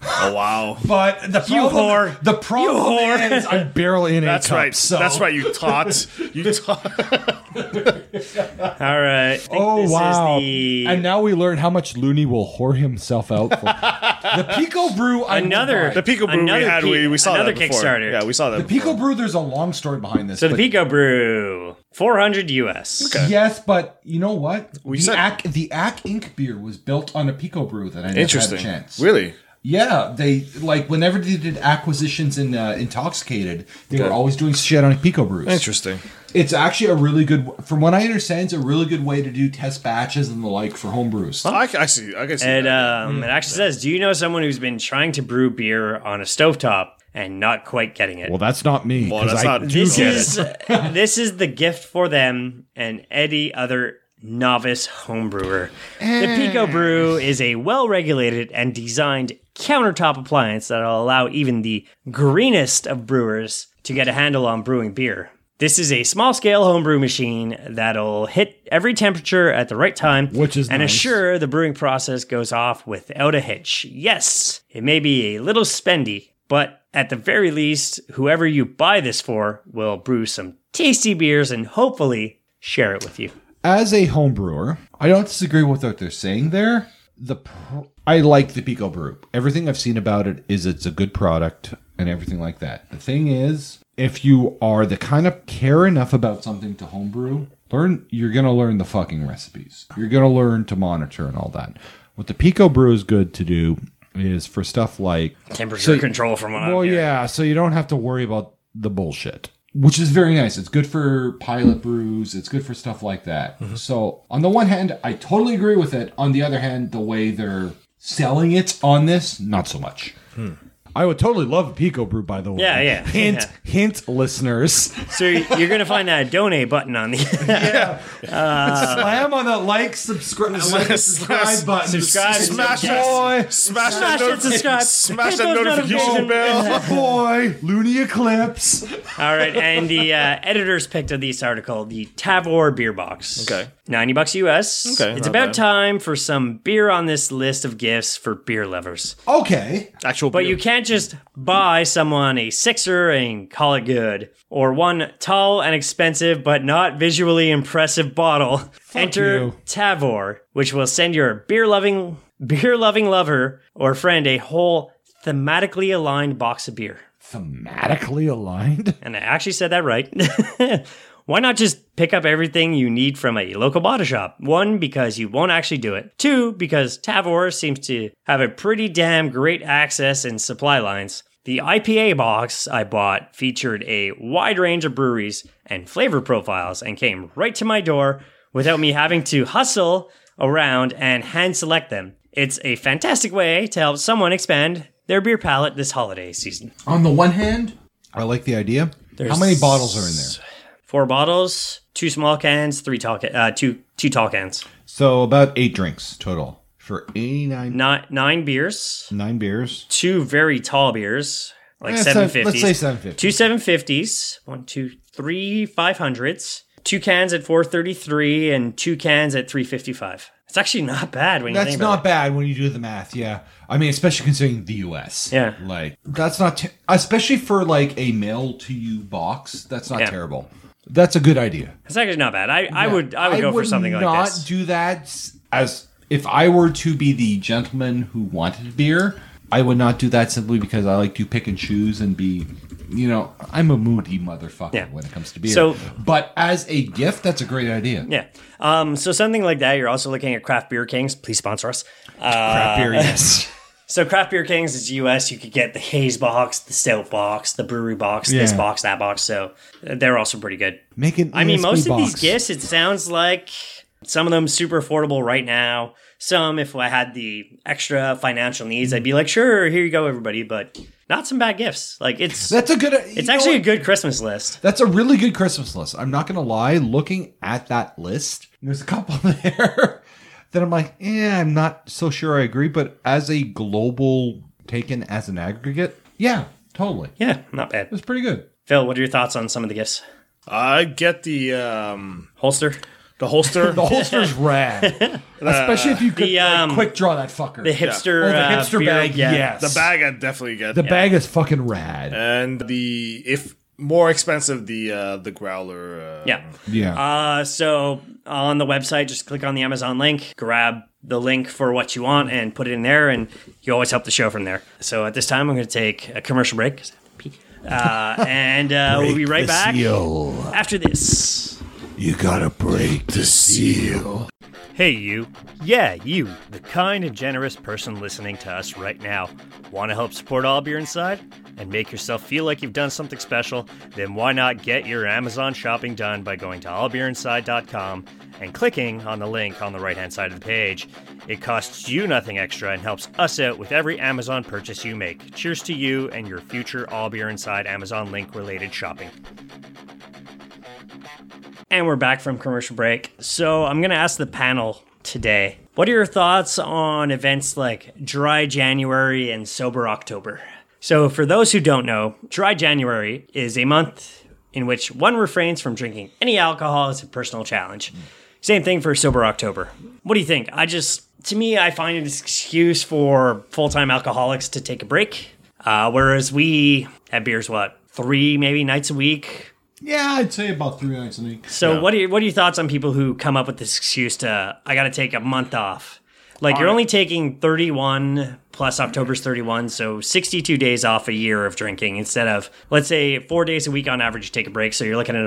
Speaker 5: oh wow,
Speaker 4: But the
Speaker 1: You
Speaker 4: problem,
Speaker 1: whore.
Speaker 4: the problem
Speaker 1: You whore.
Speaker 4: is I'm barely in
Speaker 5: that's
Speaker 4: a cup,
Speaker 5: right.
Speaker 4: So
Speaker 5: That's right. You taught. You taught.
Speaker 1: All right. I think
Speaker 4: Oh
Speaker 1: this
Speaker 4: wow!
Speaker 1: Is the...
Speaker 4: And now we learn how much Looney will whore himself out for. the Pico Brew, I will
Speaker 1: Another-
Speaker 4: buy.
Speaker 5: The Pico Brew we
Speaker 1: Another
Speaker 5: had,
Speaker 1: Pi-
Speaker 5: we, we saw
Speaker 1: another
Speaker 5: that before.
Speaker 1: Kickstarter.
Speaker 5: Yeah, we saw that.
Speaker 4: the Pico Brew. There's a long story behind this.
Speaker 1: so the
Speaker 4: but-
Speaker 1: Pico Brew, 400 US.
Speaker 4: Yes, but you know what? the
Speaker 5: said-
Speaker 4: Ack the Ack Ink beer was built on a Pico Brew that I never
Speaker 5: Interesting.
Speaker 4: had a chance.
Speaker 5: Really?
Speaker 4: Yeah, they like whenever they did acquisitions in uh, Intoxicated, they were always doing shit on Pico Brews.
Speaker 5: Interesting.
Speaker 4: It's actually a really good, from what I understand, it's a really good way to do test batches and the like for home brews.
Speaker 5: I, I see. I can see.
Speaker 1: It
Speaker 5: that.
Speaker 1: um, it actually says, "Do you know someone who's been trying to brew beer on a stovetop and not quite getting it?"
Speaker 4: Well, that's not me.
Speaker 5: Well,
Speaker 4: 'cause
Speaker 5: that's
Speaker 4: I
Speaker 5: not-
Speaker 4: do
Speaker 1: this
Speaker 4: get it.
Speaker 1: is this is the gift for them and any other novice homebrewer. The Pico Brew is a well-regulated and designed countertop appliance that'll allow even the greenest of brewers to get a handle on brewing beer. This is a small-scale homebrew machine that'll hit every temperature at the right time,
Speaker 4: Which is
Speaker 1: and
Speaker 4: nice.
Speaker 1: assure sure the brewing process goes off without a hitch. Yes, it may be a little spendy, but at the very least, whoever you buy this for will brew some tasty beers and hopefully share it with you.
Speaker 4: as a home brewer, I don't disagree with what they're saying there. The pr- I like the Pico Brew. Everything I've seen about it is it's a good product and everything like that. The thing is, if you are the kind of care enough about something to homebrew, learn you're gonna learn the fucking recipes. You're gonna learn to monitor and all that. What the Pico Brew is good to do is for stuff like
Speaker 1: Temperature
Speaker 4: So-
Speaker 1: control from what
Speaker 4: well,
Speaker 1: I'm hearing.
Speaker 4: yeah, so you don't have to worry about the bullshit, which is very nice. It's good for pilot brews, it's good for stuff like that. So, on the one hand, I totally agree with it. On the other hand, the way they're selling it on this, not so much. I would totally love a Pico Brew, by the way.
Speaker 1: Yeah, yeah,
Speaker 4: Hint, hint, listeners.
Speaker 1: So you're gonna find that donate button on the
Speaker 4: Slam on that like, subscribe, like, and subscribe button.
Speaker 5: Subscribe. Smash that-
Speaker 4: boy,
Speaker 5: Smash,
Speaker 1: Smash
Speaker 5: that,
Speaker 1: it,
Speaker 5: notif-
Speaker 1: subscribe.
Speaker 5: Smash
Speaker 1: Hit
Speaker 5: that
Speaker 1: those
Speaker 5: notification
Speaker 1: notifications.
Speaker 5: bell.
Speaker 4: boy, Looney Eclipse.
Speaker 1: all right, and the uh, editors picked of this article the Tavor beer box.
Speaker 5: Okay.
Speaker 1: ninety bucks US.
Speaker 5: Okay,
Speaker 1: it's
Speaker 5: not
Speaker 1: about
Speaker 5: bad.
Speaker 1: time for some beer on this list of gifts for beer lovers.
Speaker 4: Okay,
Speaker 5: Actual.
Speaker 1: But you can't just buy someone a sixer and call it good, or one tall and expensive but not visually impressive bottle. Enter
Speaker 4: you.
Speaker 1: Tavor, which will send your beer-loving beer-loving lover or friend a whole thematically aligned box of beer.
Speaker 4: thematically aligned.
Speaker 1: And I actually said that right. Why not just pick up everything you need from a local bottle shop? One, because you won't actually do it. Two, because Tavor seems to have a pretty damn great access and supply lines. The IPA box I bought featured a wide range of breweries and flavor profiles and came right to my door without me having to hustle around and hand select them. It's a fantastic way to help someone expand their beer palate this holiday season.
Speaker 4: On the one hand, I like the idea. How many bottles are in there?
Speaker 1: four bottles, two small cans, three tall, ca- uh, two two tall cans,
Speaker 4: So about eight drinks total for 89,
Speaker 1: nine nine beers,
Speaker 4: nine beers.
Speaker 1: two very tall beers, like
Speaker 4: Eh, so
Speaker 1: seven fifties.
Speaker 4: let's say 750.
Speaker 1: Two seven fifties, one, two, three five hundreds, two cans at four thirty three, and two cans at three fifty five. It's actually not bad when you
Speaker 4: That's
Speaker 1: think
Speaker 4: not
Speaker 1: about
Speaker 4: bad when you do the math. Yeah, I mean, especially considering the U.S.
Speaker 1: Yeah.
Speaker 4: like that's not ter- especially for like a mail to you box. That's not
Speaker 1: Yeah.
Speaker 4: terrible. That's a good idea.
Speaker 1: it. It's actually not bad. I, I would I would go for something like
Speaker 4: not
Speaker 1: this.
Speaker 4: do that s- as if I were to be the gentleman who wanted beer. I would not do that simply because I like to pick and choose and be you know, I'm a moody motherfucker
Speaker 1: Yeah.
Speaker 4: when it comes to beer.
Speaker 1: So-
Speaker 4: but as a gift, that's a great idea.
Speaker 1: Yeah. Um, so something like that. You're also looking at Craft Beer Kings. Please sponsor us. Uh,
Speaker 4: Crap beer, yes.
Speaker 1: So Craft Beer Kings is US. You could get the haze box, the stout box, the brewery box, this
Speaker 4: Yeah.
Speaker 1: box, that box. So uh, they're also pretty good.
Speaker 4: Make an
Speaker 1: I mean,
Speaker 4: ESP
Speaker 1: most of these
Speaker 4: box.
Speaker 1: gifts, it sounds like some of them super affordable right now. Some, if I had the extra financial needs, I'd be like, sure, here you go, everybody. But not some bad gifts. Like it's
Speaker 4: That's a good.
Speaker 1: it's actually a good Christmas list.
Speaker 4: That's a really good Christmas list. I'm not gonna lie. Looking at that list, there's a couple there that I'm like, eh, I'm not so sure I agree. But as a global taken as an aggregate, yeah, totally,
Speaker 1: Yeah, not bad.
Speaker 4: it's pretty good.
Speaker 1: Phil, what are your thoughts on some of the gifts?
Speaker 5: I get the um
Speaker 1: Holster.
Speaker 5: the holster.
Speaker 4: The holster's rad, especially if you could
Speaker 1: The,
Speaker 4: like,
Speaker 1: um,
Speaker 4: quick draw that fucker.
Speaker 1: The hipster,
Speaker 4: Oh, the
Speaker 1: uh,
Speaker 4: hipster
Speaker 1: beer-
Speaker 4: bag,
Speaker 1: yeah.
Speaker 4: yes.
Speaker 5: the bag I definitely get.
Speaker 4: the bag is fucking rad.
Speaker 1: Uh,
Speaker 5: and the if more expensive the uh the growler uh,
Speaker 1: Yeah.
Speaker 4: yeah,
Speaker 1: Uh, so on the website, just click on the Amazon link, grab the link for what you want, and put it in there, and you always help the show from there. So at this time, I'm going to take a commercial break, uh, and uh, we'll be right back after this.
Speaker 4: You gotta break the seal.
Speaker 8: Hey, you. Yeah, you, the kind and generous person listening to us right now. Want to help support All Beer Inside and make yourself feel like you've done something special? Then why not get your Amazon shopping done by going to allbeerinside.com and clicking on the link on the right hand side of the page? It costs you nothing extra and helps us out with every Amazon purchase you make. Cheers to you and your future All Beer Inside Amazon link related shopping.
Speaker 1: And we're back from commercial break. So I'm going to ask the panel today what are your thoughts on events like Dry January and Sober October? So, for those who don't know, Dry January is a month in which one refrains from drinking any alcohol as a personal challenge. Same thing for Sober October. What do you think? I just, to me, I find it an excuse for full time alcoholics to take a break. Uh, whereas we have beers, what, three maybe nights a week,
Speaker 4: Yeah, I'd say about three nights a week.
Speaker 1: so what are your, what are your thoughts on people who come up with this excuse to I got to take a month off? Like you're only taking 31 plus October's 31, so 62 days off a year of drinking instead of let's say 4 days a week on average you take a break, so you're looking at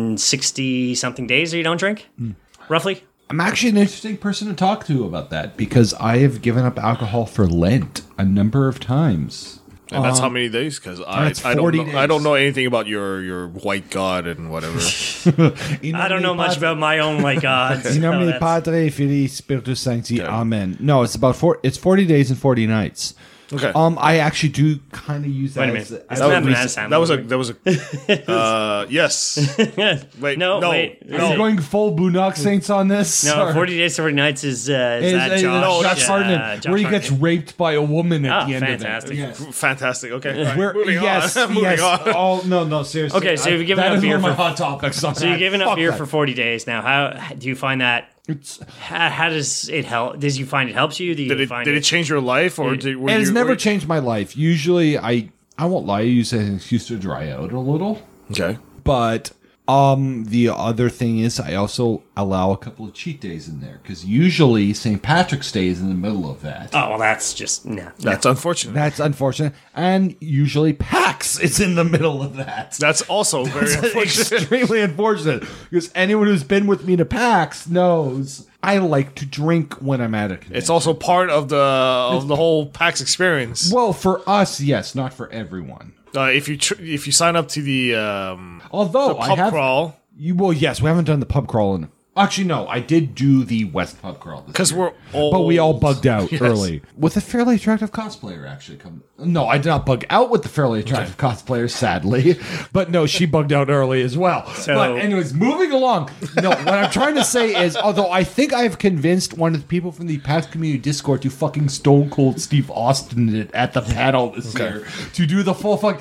Speaker 1: 160 something days that you don't drink?
Speaker 4: Hmm.
Speaker 1: Roughly?
Speaker 4: I'm actually an interesting person to talk to about that because I have given up alcohol for Lent a number of times.
Speaker 5: and that's how many days because I,
Speaker 4: Uh-huh. that's
Speaker 5: I don't
Speaker 4: 40
Speaker 5: know, I don't
Speaker 4: days.
Speaker 5: know anything about your your white god and whatever
Speaker 1: I don't know much about my own like odds.
Speaker 4: In nomine
Speaker 1: No, that's-
Speaker 4: Padre, Filii, Spiritus Sancti. Amen. No, it's about four. It's forty days and forty nights.
Speaker 5: okay
Speaker 4: Um, I actually do kind of use that.
Speaker 1: Wait a
Speaker 4: As,
Speaker 1: minute.
Speaker 4: as
Speaker 1: Isn't
Speaker 4: a
Speaker 1: that
Speaker 4: reason-
Speaker 1: Madison?
Speaker 5: that was a that was a uh yes wait
Speaker 1: No,
Speaker 5: no no
Speaker 1: wait.
Speaker 4: Are you
Speaker 5: no,
Speaker 4: going full Boondock Saints on this?
Speaker 1: No,
Speaker 4: Or-
Speaker 1: 40 days 40 nights is uh, is,
Speaker 4: Is-
Speaker 1: that
Speaker 4: is-
Speaker 1: Josh,
Speaker 4: Josh
Speaker 1: uh,
Speaker 4: Hartnett,
Speaker 1: Josh
Speaker 4: where he gets
Speaker 1: Hartnett?
Speaker 4: raped by a woman at
Speaker 1: Ah,
Speaker 4: the end
Speaker 1: fantastic.
Speaker 4: of it. Yes.
Speaker 5: fantastic okay all right,
Speaker 4: Where,
Speaker 5: moving
Speaker 4: yes,
Speaker 5: on moving
Speaker 4: yes.
Speaker 5: on
Speaker 4: Oh no, no, seriously.
Speaker 1: Okay, so
Speaker 4: I-
Speaker 1: you've given
Speaker 4: that
Speaker 1: up
Speaker 4: is
Speaker 1: beer
Speaker 4: one of my
Speaker 1: for-
Speaker 4: hot topics.
Speaker 1: So you're giving up beer for 40 days now. How do you find that
Speaker 4: It's,
Speaker 1: How, how does it help? Did you find it helps you? Did you
Speaker 5: did it
Speaker 1: find
Speaker 5: did it change your life or did were
Speaker 4: it has
Speaker 5: you-
Speaker 4: never
Speaker 5: were-
Speaker 4: changed my life. Usually, I I won't lie. I use it as an excuse to dry out a little.
Speaker 5: okay
Speaker 4: But um, the other thing is, I also allow a couple of cheat days in there because usually St. Patrick's Day is in the middle of that.
Speaker 1: Oh well, that's just no.
Speaker 5: that's unfortunate
Speaker 4: That's unfortunate, and usually PAX is in the middle of that.
Speaker 5: that's also very unfortunate
Speaker 4: extremely unfortunate because anyone who's been with me to PAX knows I like to drink when I'm at a convention.
Speaker 5: it's also part of the of the whole PAX experience
Speaker 4: well for us, yes, not for everyone.
Speaker 5: Uh, if you tr- if you sign up to the um,
Speaker 4: Although I
Speaker 5: pub
Speaker 4: have
Speaker 5: crawl,
Speaker 4: you well, yes, we haven't done the pub crawl in. Actually, no, I did do the West pub crawl this
Speaker 5: because
Speaker 4: year.
Speaker 5: we're old.
Speaker 4: but we all bugged out
Speaker 5: Yes.
Speaker 4: early with a fairly attractive cosplayer actually come no i did not bug out with the fairly attractive cosplayer sadly but no she bugged out early as well but anyways moving along no what i'm trying to say is although i think i've convinced one of the people from the pat community discord to fucking stone cold steve austin it at the paddle this year to do the full fuck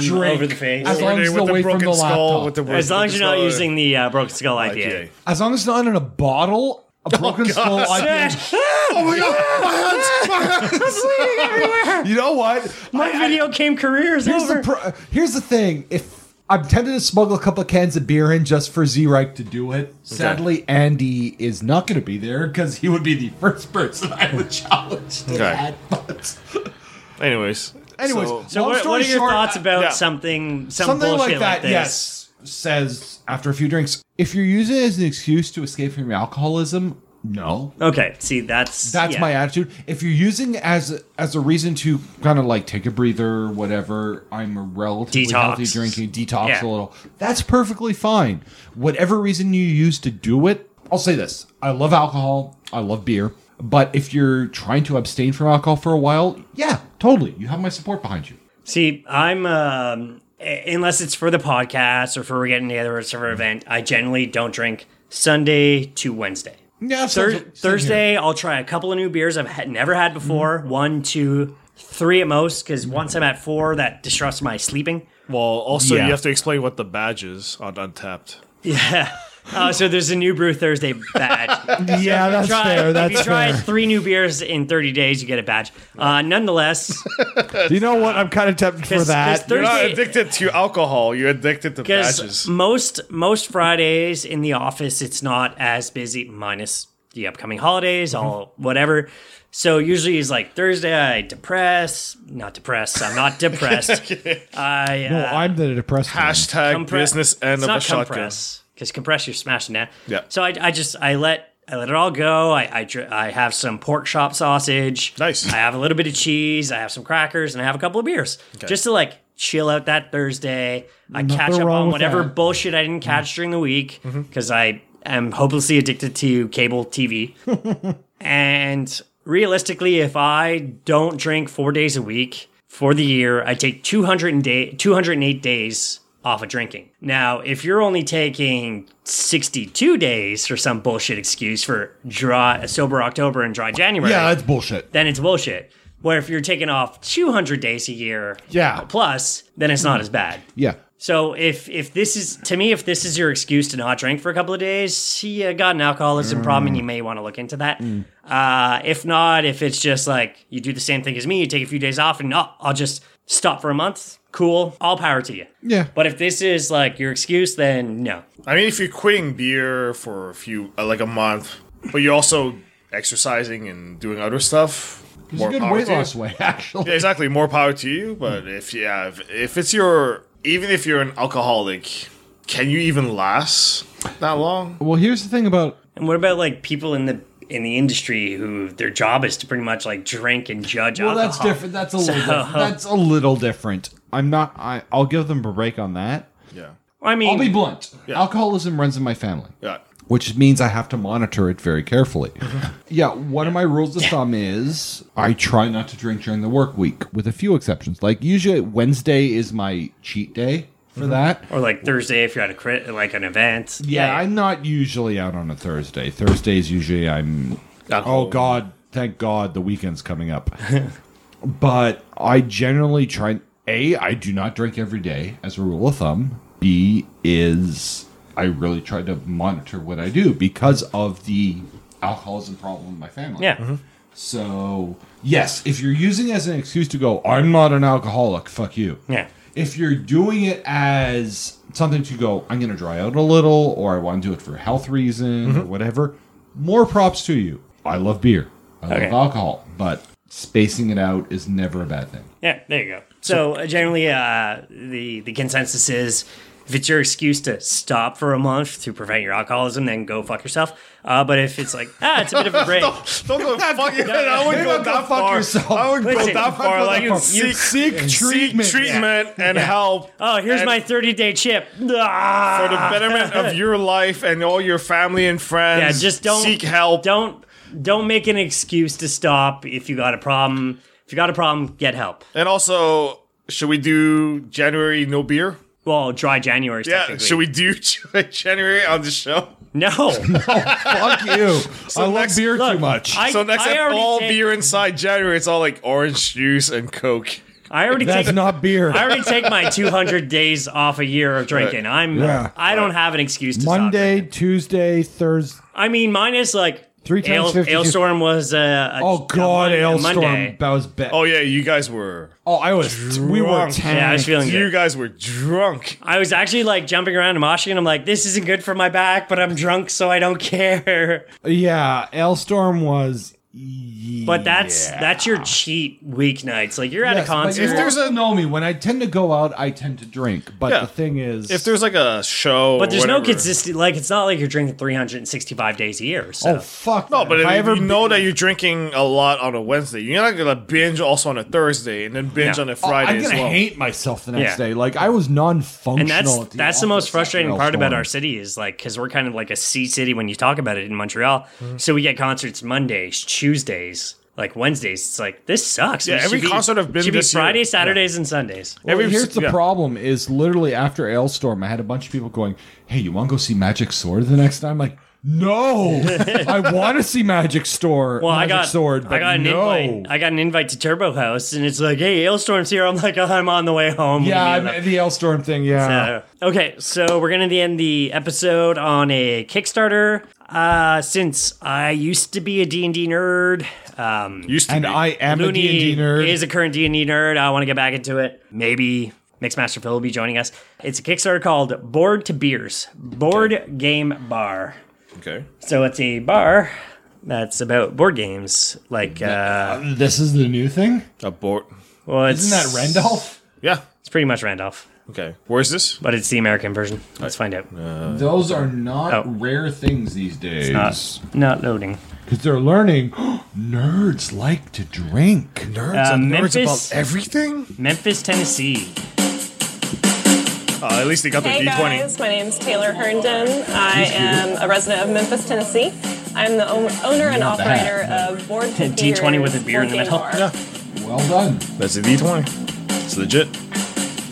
Speaker 1: Slam
Speaker 4: drink
Speaker 1: over the face.
Speaker 4: as long
Speaker 5: Over
Speaker 4: as
Speaker 5: there
Speaker 4: it's away from the laptop
Speaker 5: with the broken
Speaker 1: As long as you're not
Speaker 5: skull
Speaker 1: using the uh, broken skull IPA.
Speaker 5: IPA.
Speaker 4: as long as it's not in a bottle a broken skull IPA.
Speaker 5: Oh my god, my hands, my hands.
Speaker 4: You know what?
Speaker 1: My video game career is
Speaker 4: Here's
Speaker 1: over.
Speaker 4: the pro- here's the thing. If I'm tempted to smuggle a couple of cans of beer in just for Z Reich to do it, sadly Andy is not going to be there because he would be the first person I would challenge to
Speaker 5: Okay.
Speaker 4: that. But
Speaker 5: Anyways,
Speaker 4: Anyways,
Speaker 5: So-
Speaker 1: So
Speaker 4: long
Speaker 1: what,
Speaker 4: story
Speaker 1: what are your
Speaker 4: short,
Speaker 1: thoughts
Speaker 4: I-
Speaker 1: about
Speaker 5: yeah.
Speaker 1: something, some
Speaker 4: something
Speaker 1: bullshit
Speaker 4: like that?
Speaker 1: this?
Speaker 4: yes, says after a few drinks. If you're using it as an excuse to escape from your alcoholism, no,
Speaker 1: Okay. See, that's
Speaker 4: that's
Speaker 1: yeah.
Speaker 4: my attitude. If you're using it as as a reason to kind of like take a breather, whatever, I'm a relatively
Speaker 1: Detox.
Speaker 4: healthy drinking, detox
Speaker 1: Yeah.
Speaker 4: a little. That's perfectly fine. Whatever reason you use to do it, I'll say this: I love alcohol, I love beer, but if you're trying to abstain from alcohol for a while, yeah, totally, you have my support behind you.
Speaker 1: See, I'm um, a- unless it's for the podcast or for we're getting together or it's for an event. I generally don't drink Sunday to Wednesday.
Speaker 4: Yeah,
Speaker 1: Thur- Thursday, I'll try a couple of new beers I've had, never had before. One, two, three at most. Because once I'm at four, that disrupts my sleeping.
Speaker 5: Well, also
Speaker 4: Yeah.
Speaker 5: you have to explain what the badge is on Untapped.
Speaker 1: Oh, so there's a new brew Thursday badge.
Speaker 4: Yeah, that's
Speaker 1: Try-
Speaker 4: fair. That's
Speaker 1: if you try
Speaker 4: fair.
Speaker 1: three new beers in 30 days, you get a badge. Uh, nonetheless,
Speaker 4: You know what? I'm kind of tempted for
Speaker 1: 'cause- 'cause
Speaker 4: that.
Speaker 5: You're not
Speaker 1: Thursday,
Speaker 5: addicted to alcohol. You're addicted to
Speaker 1: Because
Speaker 4: Mm.
Speaker 5: badges.
Speaker 1: most most Fridays in the office, it's not as busy, minus the upcoming holidays, all whatever. So usually it's like Thursday. I depress, not depressed. I'm not depressed. I uh,
Speaker 4: No, Oh, I'm the depressed. one.
Speaker 5: Hashtag
Speaker 1: compre-
Speaker 5: business end
Speaker 1: it's
Speaker 5: of
Speaker 1: not
Speaker 5: a shotgun.
Speaker 1: compress because compress you're smashing that.
Speaker 5: Yeah.
Speaker 1: So I, I just I let I let it all go. I I, dr- I have some pork chop sausage.
Speaker 5: Nice.
Speaker 1: I have a little bit of cheese. I have some crackers and I have a couple of beers just to like chill out that Thursday. I catch up
Speaker 4: wrong
Speaker 1: on
Speaker 4: with
Speaker 1: whatever
Speaker 4: that.
Speaker 1: bullshit I didn't
Speaker 5: Mm-hmm.
Speaker 1: catch during the week because I am hopelessly addicted to cable TV. and realistically, if I don't drink four days a week for the year, I take 200 and day, 208 days off of drinking. Now, if you're only taking 62 days for some bullshit excuse for dry, sober October and dry January,
Speaker 4: Yeah, that's bullshit.
Speaker 1: then it's bullshit. Where if you're taking off 200 days a year
Speaker 4: Yeah.
Speaker 1: plus, then it's not as bad.
Speaker 4: Yeah.
Speaker 1: So if if this is to me, if this is your excuse to not drink for a couple of days, you got an alcoholism problem, and
Speaker 4: Mm.
Speaker 1: you may want to look into that. Uh, if not, if it's just like you do the same thing as me, you take a few days off, and oh, I'll just stop for a month. Cool, all power to you.
Speaker 4: Yeah.
Speaker 1: But if this is like your excuse, then no.
Speaker 5: I mean, if you're quitting beer for a few, uh, like a month, but you're also exercising and doing other stuff,
Speaker 4: It's a good
Speaker 5: power
Speaker 4: weight
Speaker 5: to you.
Speaker 4: loss way, actually.
Speaker 5: Yeah, exactly. More power to you. But if yeah, if, if it's your, even if you're an alcoholic, can you even last that long?
Speaker 4: Well, here's the thing about
Speaker 1: And what about like people in the in the industry who their job is to pretty much like drink and judge
Speaker 4: well, that's
Speaker 1: alcohol?
Speaker 4: different. That's a little
Speaker 1: So-
Speaker 4: different. that's a little different. I'm not. I I'll give them a break on that.
Speaker 5: Yeah.
Speaker 1: I mean,
Speaker 4: I'll be blunt. Alcoholism runs in my family,
Speaker 5: Yeah.
Speaker 4: which means I have to monitor it very carefully. yeah. One of my rules of thumb is I try not to drink during the work week, with a few exceptions. Like usually Wednesday is my cheat day for
Speaker 1: Mm-hmm.
Speaker 4: that.
Speaker 1: or like Thursday if you're at a crit, like an event.
Speaker 4: Yeah, I'm not usually out on a Thursday. Thursdays usually I'm. oh
Speaker 5: home.
Speaker 4: God! Thank God the weekend's coming up. but I generally try. A, I do not drink every day as a rule of thumb. B is I really try to monitor what I do because of the alcoholism problem in my family.
Speaker 1: yeah.
Speaker 4: So yes, if you're using it as an excuse to go, I'm not an alcoholic. Fuck you
Speaker 1: Yeah.
Speaker 4: if you're doing it as something to go, I'm going to dry out a little, or I want to do it for health reason
Speaker 1: Mm-hmm.
Speaker 4: or whatever, more props to you. I love beer. I
Speaker 1: Okay.
Speaker 4: love alcohol, but spacing it out is never a bad thing.
Speaker 1: Yeah, there you go. So uh, generally, uh, the the consensus is if it's your excuse to stop for a month to prevent your alcoholism, then go fuck yourself. Uh, but if it's like ah, it's a bit of a break.
Speaker 5: Don't go fuck it. I wouldn't
Speaker 4: You're
Speaker 5: go
Speaker 4: not
Speaker 5: that
Speaker 4: gonna fuck
Speaker 5: far.
Speaker 4: yourself.
Speaker 5: I wouldn't go
Speaker 1: Listen,
Speaker 5: that far. Like
Speaker 1: you- you-
Speaker 5: seek, seek
Speaker 4: treatment.
Speaker 5: treatment and help.
Speaker 1: Oh, here's
Speaker 5: and
Speaker 1: my thirty day chip. Ah!
Speaker 5: for the betterment of your life and all your family and friends.
Speaker 1: yeah, just don't
Speaker 5: seek help.
Speaker 1: Don't don't make an excuse to stop if you got a problem. If you got a problem, get help.
Speaker 5: And also, should we do January no beer?
Speaker 1: Well, dry January. is
Speaker 5: Yeah,
Speaker 1: technically.
Speaker 5: should we do January on the show?
Speaker 1: No.
Speaker 4: Fuck you. I love
Speaker 5: next-
Speaker 4: beer
Speaker 1: look,
Speaker 4: too much.
Speaker 1: I,
Speaker 5: So next
Speaker 1: I
Speaker 5: time,
Speaker 1: already
Speaker 5: all
Speaker 1: take-
Speaker 5: beer inside January, it's all like orange juice and Coke.
Speaker 1: I already
Speaker 4: That's
Speaker 1: take
Speaker 4: not beer.
Speaker 1: I already take my 200 days off a year of drinking. I'm uh,
Speaker 4: Yeah.
Speaker 1: I don't have an excuse to stop
Speaker 4: Monday,
Speaker 1: drinking.
Speaker 4: Tuesday, Thursday.
Speaker 1: I mean, minus like
Speaker 4: Three times
Speaker 1: Ale,
Speaker 4: 52
Speaker 1: Alestorm was uh, a
Speaker 4: Oh
Speaker 1: a
Speaker 4: God,
Speaker 1: Mon- a
Speaker 4: ale storm.
Speaker 1: Monday.
Speaker 4: That was bad.
Speaker 5: Oh yeah, you guys were
Speaker 4: oh, I was. We were
Speaker 5: drunk.
Speaker 4: ten.
Speaker 1: Yeah, I was feeling
Speaker 5: you
Speaker 1: good.
Speaker 5: guys were drunk.
Speaker 1: I was actually like jumping around and moshing, and I'm like, this isn't good for my back, but I'm drunk, so I don't care.
Speaker 4: Yeah, Elstorm was
Speaker 1: But that's that's your cheat weeknights. Like you're at a
Speaker 4: Yes, but
Speaker 1: concert.
Speaker 4: If there's a know me, when I tend to go out, I tend to drink. But
Speaker 5: Yeah.
Speaker 4: the thing is,
Speaker 5: If there's like a show,
Speaker 1: But there's no
Speaker 5: consistency.
Speaker 1: consistent. Like it's not like you're drinking 365 days a year. So
Speaker 4: oh fuck,
Speaker 5: No, but if,
Speaker 4: I
Speaker 5: you
Speaker 4: ever
Speaker 5: know that you're drinking a lot on a Wednesday, you're not gonna binge also on a Thursday and then binge
Speaker 1: No.
Speaker 5: on a
Speaker 4: Oh,
Speaker 5: Friday
Speaker 4: I'm
Speaker 5: as
Speaker 4: gonna
Speaker 5: well.
Speaker 4: hate myself the next
Speaker 1: Yeah.
Speaker 4: day. Like I was non-functional.
Speaker 1: and that's
Speaker 4: at
Speaker 1: that's the most
Speaker 4: office
Speaker 1: frustrating
Speaker 4: after
Speaker 1: part about our
Speaker 4: Elstorm.
Speaker 1: city is like because we're kind of like a C city when you talk about it in Montreal.
Speaker 4: Mm-hmm.
Speaker 1: So we get concerts Mondays, Tuesdays, like Wednesdays. It's like this sucks.
Speaker 5: Yeah,
Speaker 1: It should
Speaker 5: every
Speaker 1: be-
Speaker 5: concert I've been
Speaker 1: should be
Speaker 5: this year.
Speaker 1: Friday,
Speaker 5: Yeah.
Speaker 1: Saturdays, and Sundays.
Speaker 5: Every-
Speaker 4: Well, here's the
Speaker 5: yeah.
Speaker 4: problem: is literally after Ailstorm, I had a bunch of people going, "Hey, you want to go see Magic Sword the next time?" Like, no, I want to see Magic Store.
Speaker 1: Well, I
Speaker 4: Magic
Speaker 1: got
Speaker 4: Sword.
Speaker 1: I
Speaker 4: but
Speaker 1: got an
Speaker 4: no.
Speaker 1: invite. I got an invite to Turbo House, and it's like, hey, Ailstorm's here. I'm like, oh, I'm on the way home.
Speaker 4: yeah,
Speaker 1: Leave
Speaker 4: I
Speaker 1: me alone.
Speaker 4: mean, the Ailstorm thing. Yeah,
Speaker 1: Uh, okay, so we're gonna end the episode on a Kickstarter. Uh, since I used to be a D and D nerd, um,
Speaker 5: Used to
Speaker 4: and
Speaker 5: be.
Speaker 4: I am a
Speaker 1: Looney
Speaker 4: D&D nerd.
Speaker 1: is a current D and D nerd. I want to get back into it. Maybe Mixmaster Phil will be joining us. It's a Kickstarter called Board to Beers Board Game Bar.
Speaker 5: okay.
Speaker 1: So it's a bar that's about board games. Like, uh,
Speaker 4: this is the new thing.
Speaker 5: Abort.
Speaker 1: well, it's,
Speaker 4: Isn't that Randolph?
Speaker 5: Yeah.
Speaker 1: It's pretty much Randolph,
Speaker 5: Okay. Where's this?
Speaker 1: but it's the American version. Let's find out. Uh,
Speaker 4: Those are not
Speaker 1: Oh.
Speaker 4: rare things these days.
Speaker 1: Not, not loading.
Speaker 4: Because they're learning nerds like to drink.
Speaker 5: Nerds.
Speaker 1: Uh,
Speaker 5: and nerds
Speaker 1: Memphis-
Speaker 5: about everything.
Speaker 1: Memphis, Tennessee.
Speaker 5: Uh, at least they got their
Speaker 9: Hey
Speaker 5: D20.
Speaker 9: guys, my name's Taylor Herndon. I am a resident of Memphis, Tennessee. I'm the own- owner and
Speaker 4: Not
Speaker 9: operator
Speaker 4: bad.
Speaker 9: of Board to
Speaker 1: D20 with a
Speaker 9: Beers
Speaker 1: beer in the
Speaker 9: Board Game
Speaker 1: middle.
Speaker 9: Bar.
Speaker 4: Well done.
Speaker 5: That's a D20. It's legit.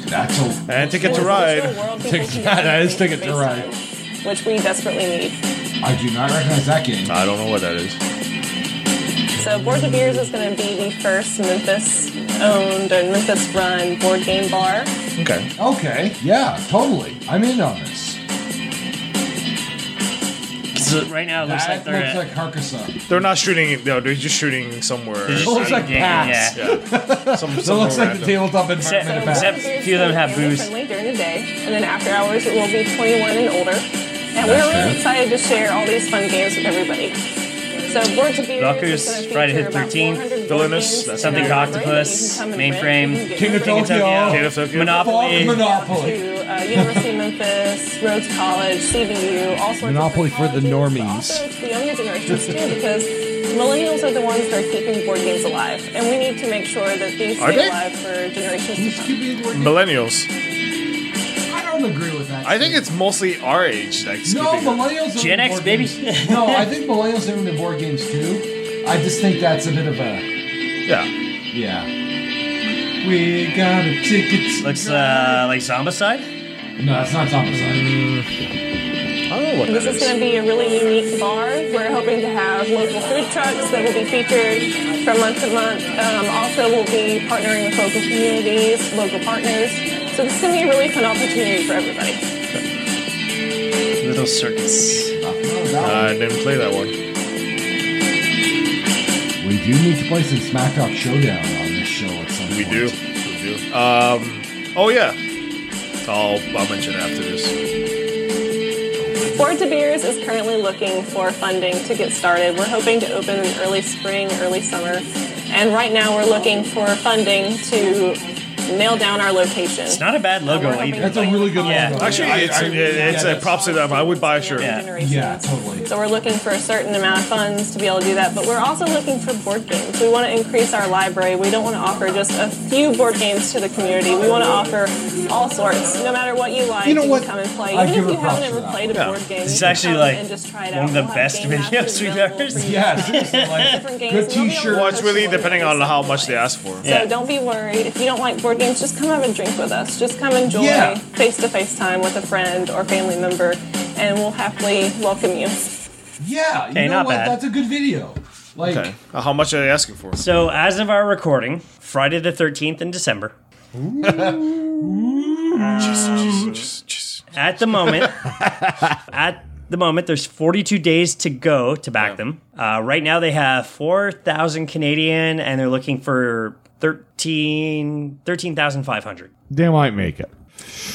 Speaker 4: That's a
Speaker 5: And ticket to
Speaker 9: It's a
Speaker 5: ride.
Speaker 9: virtual world people
Speaker 4: Take-
Speaker 9: can
Speaker 4: yeah, that is
Speaker 9: communicate
Speaker 4: ticket to
Speaker 9: based
Speaker 4: ride.
Speaker 9: on, Which we desperately need.
Speaker 4: I do not recognize that game.
Speaker 5: I don't know what that is.
Speaker 9: So Board to Beers is going to be the first Memphis-owned and Memphis-run board game bar.
Speaker 5: Okay.
Speaker 4: Okay. Yeah, totally. I'm in on this.
Speaker 1: So right now it looks like
Speaker 4: That
Speaker 1: they're
Speaker 4: looks
Speaker 1: at-
Speaker 4: like Carcassonne.
Speaker 5: They're not shooting. No, they're just shooting somewhere.
Speaker 4: It looks like
Speaker 1: Yeah,
Speaker 4: Pax.
Speaker 1: yeah.
Speaker 5: Some,
Speaker 4: It looks
Speaker 5: somewhere
Speaker 4: like the
Speaker 5: random.
Speaker 4: tabletop
Speaker 1: Except-
Speaker 4: environment of
Speaker 1: except-
Speaker 4: Pax.
Speaker 9: Board to Beers
Speaker 1: few of them have
Speaker 9: family
Speaker 1: booze.
Speaker 9: Friendly during the day, and then after hours it will be 21 and older.
Speaker 4: That's
Speaker 9: And we're really
Speaker 4: fair.
Speaker 9: excited to share all these fun games with everybody. So Board to Beers
Speaker 1: Lockers,
Speaker 9: is gonna
Speaker 1: Friday the
Speaker 9: feature about
Speaker 1: 13th,
Speaker 9: 400 board
Speaker 5: Villainous,
Speaker 9: games
Speaker 5: that's
Speaker 1: Something
Speaker 9: in our
Speaker 1: to
Speaker 9: library that you
Speaker 1: Octopus,
Speaker 9: can come and rent,
Speaker 1: Mainframe,
Speaker 9: you can get
Speaker 4: King of
Speaker 9: your hands on.
Speaker 4: Tokyo.
Speaker 5: King of Tokyo.
Speaker 1: Monopoly.
Speaker 4: Fuck Monopoly.
Speaker 9: to uh, University of Memphis, Rhodes College, CBU, all sorts
Speaker 4: Monopoly
Speaker 9: of
Speaker 4: for
Speaker 9: different
Speaker 4: the
Speaker 9: colleges,
Speaker 4: normies.
Speaker 9: but Also to the younger generations too, because millennials are the ones that are keeping board games alive, and we need to make sure that these
Speaker 5: Are
Speaker 9: stay
Speaker 5: they?
Speaker 9: alive for generations
Speaker 4: This
Speaker 9: to come.
Speaker 4: could be a board game.
Speaker 5: millennials.
Speaker 4: I don't agree with that.
Speaker 5: I think it's mostly our age. That's
Speaker 4: No,
Speaker 5: keeping it.
Speaker 4: millennials. are
Speaker 1: Gen
Speaker 4: into
Speaker 1: X,
Speaker 4: board
Speaker 1: baby.
Speaker 4: games. no, I think millennials are into board games too. I just think that's a bit of a
Speaker 5: Yeah.
Speaker 4: yeah. We got a ticket.
Speaker 1: Looks uh, like Zombicide.
Speaker 4: no, it's not Zombicide.
Speaker 5: I don't know what
Speaker 9: This
Speaker 5: that
Speaker 9: is going
Speaker 5: is.
Speaker 9: to be a really unique bar. We're hoping to have local food trucks that will be featured from month to month. Um, also, we'll be partnering with local communities, local partners. So this is going to be a really fun opportunity for everybody.
Speaker 1: Little Circus.
Speaker 5: Uh, I didn't play that one.
Speaker 4: We do need to play some Smack Talk Showdown on this show at some
Speaker 5: We
Speaker 4: point.
Speaker 5: do. We do. Um. Oh yeah. I'll I'll mention it after this.
Speaker 9: Board to Beers is currently looking for funding to get started. We're hoping to open in early spring, early summer. And right now, we're looking for funding to nail down our location.
Speaker 1: It's not a bad logo either.
Speaker 4: That's a really good
Speaker 1: Yeah.
Speaker 4: logo.
Speaker 5: Actually,
Speaker 4: I-
Speaker 5: it's
Speaker 4: I-
Speaker 5: it,
Speaker 4: yeah,
Speaker 5: it's a
Speaker 4: that's-
Speaker 5: props to them. I would buy a shirt.
Speaker 1: Yeah.
Speaker 9: Generations.
Speaker 4: Yeah, totally.
Speaker 9: So we're looking for a certain amount of funds to be able to do that, but we're also looking for board games. We want to increase our library. We don't want to offer just a few board games to the community. We want to offer all sorts. No matter what you like,
Speaker 4: You
Speaker 9: you,
Speaker 4: know what?
Speaker 9: can come and play.
Speaker 4: I
Speaker 9: Even
Speaker 4: give
Speaker 9: if you
Speaker 4: her props
Speaker 9: haven't
Speaker 4: for
Speaker 9: ever
Speaker 4: that.
Speaker 9: played a
Speaker 5: Yeah.
Speaker 9: board game,
Speaker 1: This is
Speaker 9: you can
Speaker 1: actually,
Speaker 9: come
Speaker 1: like,
Speaker 9: and just try it
Speaker 1: one
Speaker 9: out.
Speaker 1: of the
Speaker 9: We'll have
Speaker 1: best
Speaker 9: game
Speaker 1: videos
Speaker 9: masters
Speaker 1: we've
Speaker 9: available
Speaker 1: ever
Speaker 9: for you to
Speaker 1: seen.
Speaker 4: Yeah,
Speaker 9: try.
Speaker 4: seriously, like,
Speaker 9: Different games.
Speaker 4: good
Speaker 9: We'll be able to
Speaker 4: t-shirt.
Speaker 5: Well, it's
Speaker 9: post
Speaker 5: really
Speaker 9: board games
Speaker 5: depending on
Speaker 9: and
Speaker 5: how
Speaker 9: stuff
Speaker 5: much
Speaker 9: like
Speaker 5: they
Speaker 9: that.
Speaker 5: ask for.
Speaker 1: Yeah.
Speaker 9: So don't be worried. If you don't like board games, just come have a drink with us. Just come enjoy
Speaker 4: Yeah.
Speaker 9: face to face time with a friend or family member, and we'll happily welcome you.
Speaker 4: Yeah, you
Speaker 1: Okay,
Speaker 4: know
Speaker 1: not
Speaker 4: what?
Speaker 1: bad.
Speaker 4: That's a good video. Like,
Speaker 5: Okay. Uh, How much are they asking for?
Speaker 1: So as of our recording, Friday the 13th in December. At the moment, at the moment, there's 42 days to go to back them. Uh, right now, they have 4,000 Canadian, and they're looking for 13 13,500.
Speaker 10: They might make it.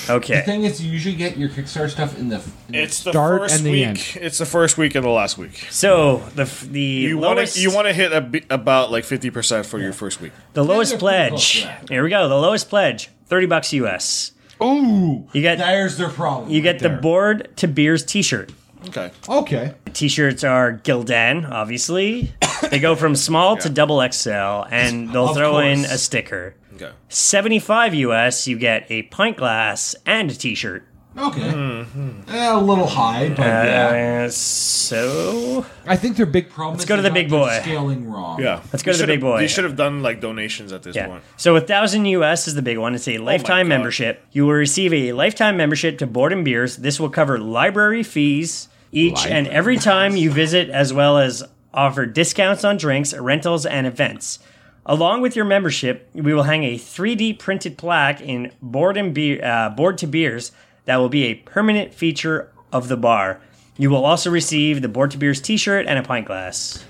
Speaker 4: The
Speaker 1: Okay.
Speaker 4: thing is, you usually get your Kickstarter stuff in the, in
Speaker 5: It's the
Speaker 4: start
Speaker 5: first
Speaker 4: and the
Speaker 5: week.
Speaker 4: end.
Speaker 5: It's the first week and the last week.
Speaker 1: So the f- the
Speaker 5: You want
Speaker 1: lowest
Speaker 5: to you want to hit a b- about like fifty percent for your first week.
Speaker 1: the lowest
Speaker 4: they're pretty
Speaker 1: pledge.
Speaker 4: close to that.
Speaker 1: Here we go. The lowest pledge, thirty bucks US.
Speaker 4: Ooh,
Speaker 1: You get-
Speaker 4: there's their problem.
Speaker 1: You get
Speaker 4: right
Speaker 1: the
Speaker 4: there.
Speaker 1: board to beers T-shirt.
Speaker 5: Okay.
Speaker 4: Okay,
Speaker 1: T-shirts are Gildan, obviously. They go from small to double XL, and they'll
Speaker 4: Of
Speaker 1: throw in
Speaker 4: course.
Speaker 1: a sticker.
Speaker 5: Okay.
Speaker 1: Seventy-five US. You get a pint glass and a T-shirt.
Speaker 4: okay,
Speaker 1: Mm-hmm.
Speaker 4: Eh, a little high, but yeah.
Speaker 1: Uh, so
Speaker 4: I think their big problem. Let's
Speaker 1: go to the big boy.
Speaker 4: Scaling wrong.
Speaker 5: Yeah.
Speaker 1: Let's go to the big boy.
Speaker 5: You should have done like donations at this
Speaker 1: Yeah.
Speaker 5: point.
Speaker 1: So a thousand US is the big one. It's a lifetime
Speaker 5: God.
Speaker 1: membership. You will receive a lifetime membership to Board and Beers. This will cover library fees each and every time you visit, as well as offer discounts on drinks, rentals, and events. Along with your membership, we will hang a 3D printed plaque in Board and Be- uh, Board to Beers that will be a permanent feature of the bar. You will also receive the Board to Beers T-shirt and a pint glass.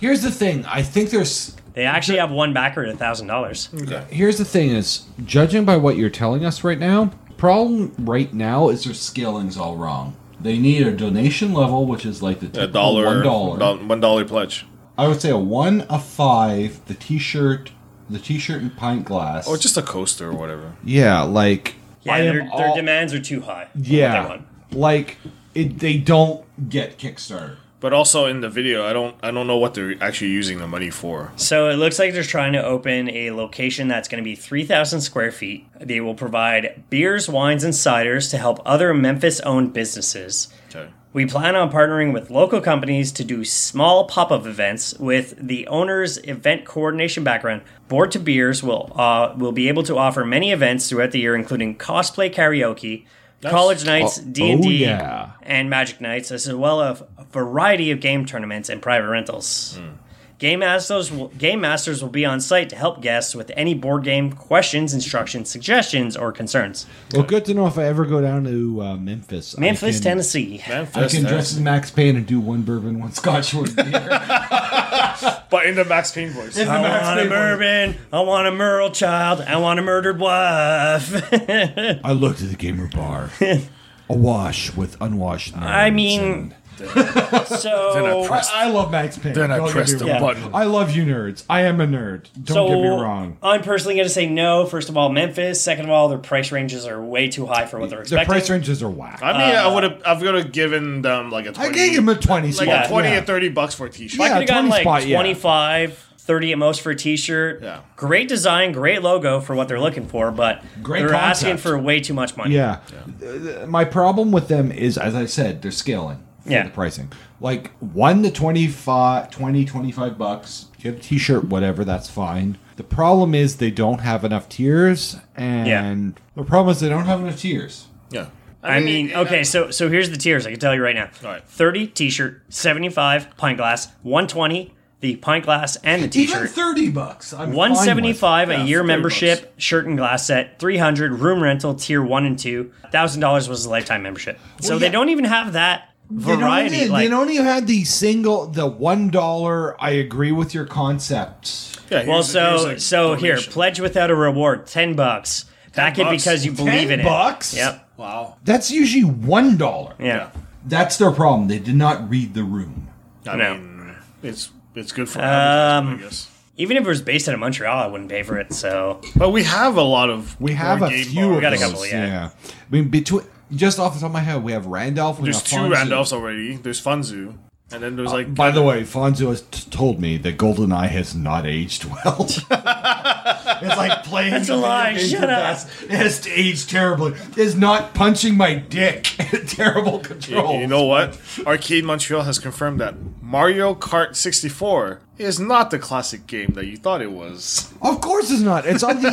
Speaker 4: Here's the thing. I think there's.
Speaker 1: They actually have one backer at a thousand dollars.
Speaker 4: Here's the thing is, judging by what you're telling us right now, problem right now is their scaling's all wrong. They need a donation level, which is like the
Speaker 5: A
Speaker 4: typical
Speaker 5: dollar,
Speaker 4: one dollar.
Speaker 5: do- one dollar pledge,
Speaker 4: I would say a one, a five, the T-shirt, the T-shirt and pint glass.
Speaker 5: or just a coaster or whatever.
Speaker 4: yeah, like
Speaker 1: Oh, Yeah,
Speaker 4: I am
Speaker 1: their, their
Speaker 4: all-
Speaker 1: demands are too high. for what they
Speaker 4: Yeah,
Speaker 1: want.
Speaker 4: like it, they don't get Kickstarter.
Speaker 5: But also in the video, I don't I don't know what they're actually using the money for.
Speaker 1: So it looks like they're trying to open a location that's going to be 3,000 square feet. They will provide beers, wines, and ciders to help other Memphis owned businesses.
Speaker 5: Okay.
Speaker 1: We plan on partnering with local companies to do small pop up events with the owner's event coordination background. Board to Beers will, uh, will be able to offer many events throughout the year, including cosplay karaoke. College nights,
Speaker 4: Oh,
Speaker 1: D and
Speaker 4: oh,
Speaker 1: D,
Speaker 4: yeah.
Speaker 1: and Magic nights, as well as a variety of game tournaments and private rentals. Game masters will, game masters will be on site to help guests with any board game questions, instructions, suggestions, or concerns.
Speaker 4: Well, good to know if I ever go down to uh, Memphis. I
Speaker 1: Memphis,
Speaker 4: can-
Speaker 1: Tennessee.
Speaker 4: I
Speaker 5: Memphis,
Speaker 4: can dress as Max Payne and do one bourbon, one scotch, one beer.
Speaker 5: but in the Max Payne voice.
Speaker 1: I want a bourbon. I want a Merle child. I want a murdered wife.
Speaker 4: I looked at the gamer bar, awash with unwashed.
Speaker 1: I
Speaker 4: nerds
Speaker 1: mean,
Speaker 4: and-
Speaker 1: so
Speaker 4: I, I love Max Payne.
Speaker 5: Then I
Speaker 4: Don't get
Speaker 5: pressed
Speaker 4: me
Speaker 5: the
Speaker 4: wrong.
Speaker 5: button.
Speaker 4: I love you nerds. I am a nerd. Don't
Speaker 1: so
Speaker 4: get me wrong.
Speaker 1: I'm personally going to say no. First of all, Memphis. Second of all, their price ranges are way too high for what they're
Speaker 4: Their
Speaker 1: expecting.
Speaker 4: price ranges are whack.
Speaker 5: I mean, I would have I've would have given them like a
Speaker 4: Uh, I
Speaker 5: 20,
Speaker 4: gave him a twenty.
Speaker 5: like
Speaker 4: spot,
Speaker 5: a twenty
Speaker 4: yeah.
Speaker 5: or thirty bucks for a t-shirt.
Speaker 1: I
Speaker 4: Yeah.
Speaker 1: could have gotten
Speaker 4: 20
Speaker 1: like
Speaker 4: spot, yeah.
Speaker 1: 25, 30 at most for a t-shirt.
Speaker 5: Yeah.
Speaker 1: Great design, great logo for what they're looking for, but
Speaker 4: Great
Speaker 1: they're
Speaker 4: concept.
Speaker 1: asking for way too much money.
Speaker 4: Yeah. Uh, My problem with them is, as I said, they're scaling. for
Speaker 1: Yeah.
Speaker 4: The pricing. Like one to 25, 20, 25 bucks. Get a t shirt, whatever, that's fine. The problem is they don't have enough tiers. And the problem is they don't have enough tiers.
Speaker 5: Yeah.
Speaker 1: I mean,
Speaker 5: it-
Speaker 1: okay, so so here's the tiers. I can tell you right now.
Speaker 5: All right.
Speaker 1: 30 t-shirt, 75 pint glass, 120 the pint glass and the
Speaker 4: Even
Speaker 1: t-shirt.
Speaker 4: 30 bucks. I'm fine with.
Speaker 1: 175
Speaker 5: Yeah,
Speaker 1: a year
Speaker 5: 30
Speaker 1: membership,
Speaker 5: bucks.
Speaker 1: shirt and glass set, 300 room rental tier 1 and 2. $1000 was a lifetime membership. So
Speaker 4: Well,
Speaker 1: they
Speaker 4: yeah.
Speaker 1: don't even have that
Speaker 4: They don't
Speaker 1: variety
Speaker 4: even-
Speaker 1: like
Speaker 4: they don't even have the single, the $1. I agree with your concept.
Speaker 5: Yeah, here's-
Speaker 1: Well,
Speaker 5: here's
Speaker 1: so
Speaker 5: a
Speaker 1: so here,
Speaker 5: donation.
Speaker 1: pledge without a reward, ten bucks. Back it
Speaker 5: bucks.
Speaker 1: because you believe in
Speaker 4: 10
Speaker 1: it.
Speaker 4: bucks?
Speaker 1: Yep.
Speaker 5: wow.
Speaker 4: That's usually $1.
Speaker 1: Yeah.
Speaker 4: That's their problem. They did not read the room.
Speaker 5: I
Speaker 1: No. Um,
Speaker 5: mean, it's it's good for advertising, I guess.
Speaker 1: Even if it was based out of Montreal, I wouldn't pay for it. So
Speaker 5: But we have a lot of
Speaker 4: We have
Speaker 5: board
Speaker 4: a
Speaker 5: game
Speaker 4: few.
Speaker 5: bars.
Speaker 4: Of
Speaker 1: got a
Speaker 4: those,
Speaker 1: couple, yeah.
Speaker 4: I mean, between just off the top of my head, we have Randolph. We
Speaker 5: There's
Speaker 4: have
Speaker 5: two
Speaker 4: Fonzie.
Speaker 5: Randolphs already. There's Funzu, and then there's like
Speaker 4: Uh, By the way, Fonzo has t- told me that GoldenEye has not aged well. it's like playing.
Speaker 1: That's a
Speaker 4: video
Speaker 1: lie,
Speaker 4: games
Speaker 1: shut
Speaker 4: with
Speaker 1: up.
Speaker 4: us. It has aged terribly. It's not punching my dick. Terrible control.
Speaker 5: You, you know Oh, what? Arcade Montreal has confirmed that Mario Kart 64 is not the classic game that you thought it was.
Speaker 4: Of course it's not. It's on the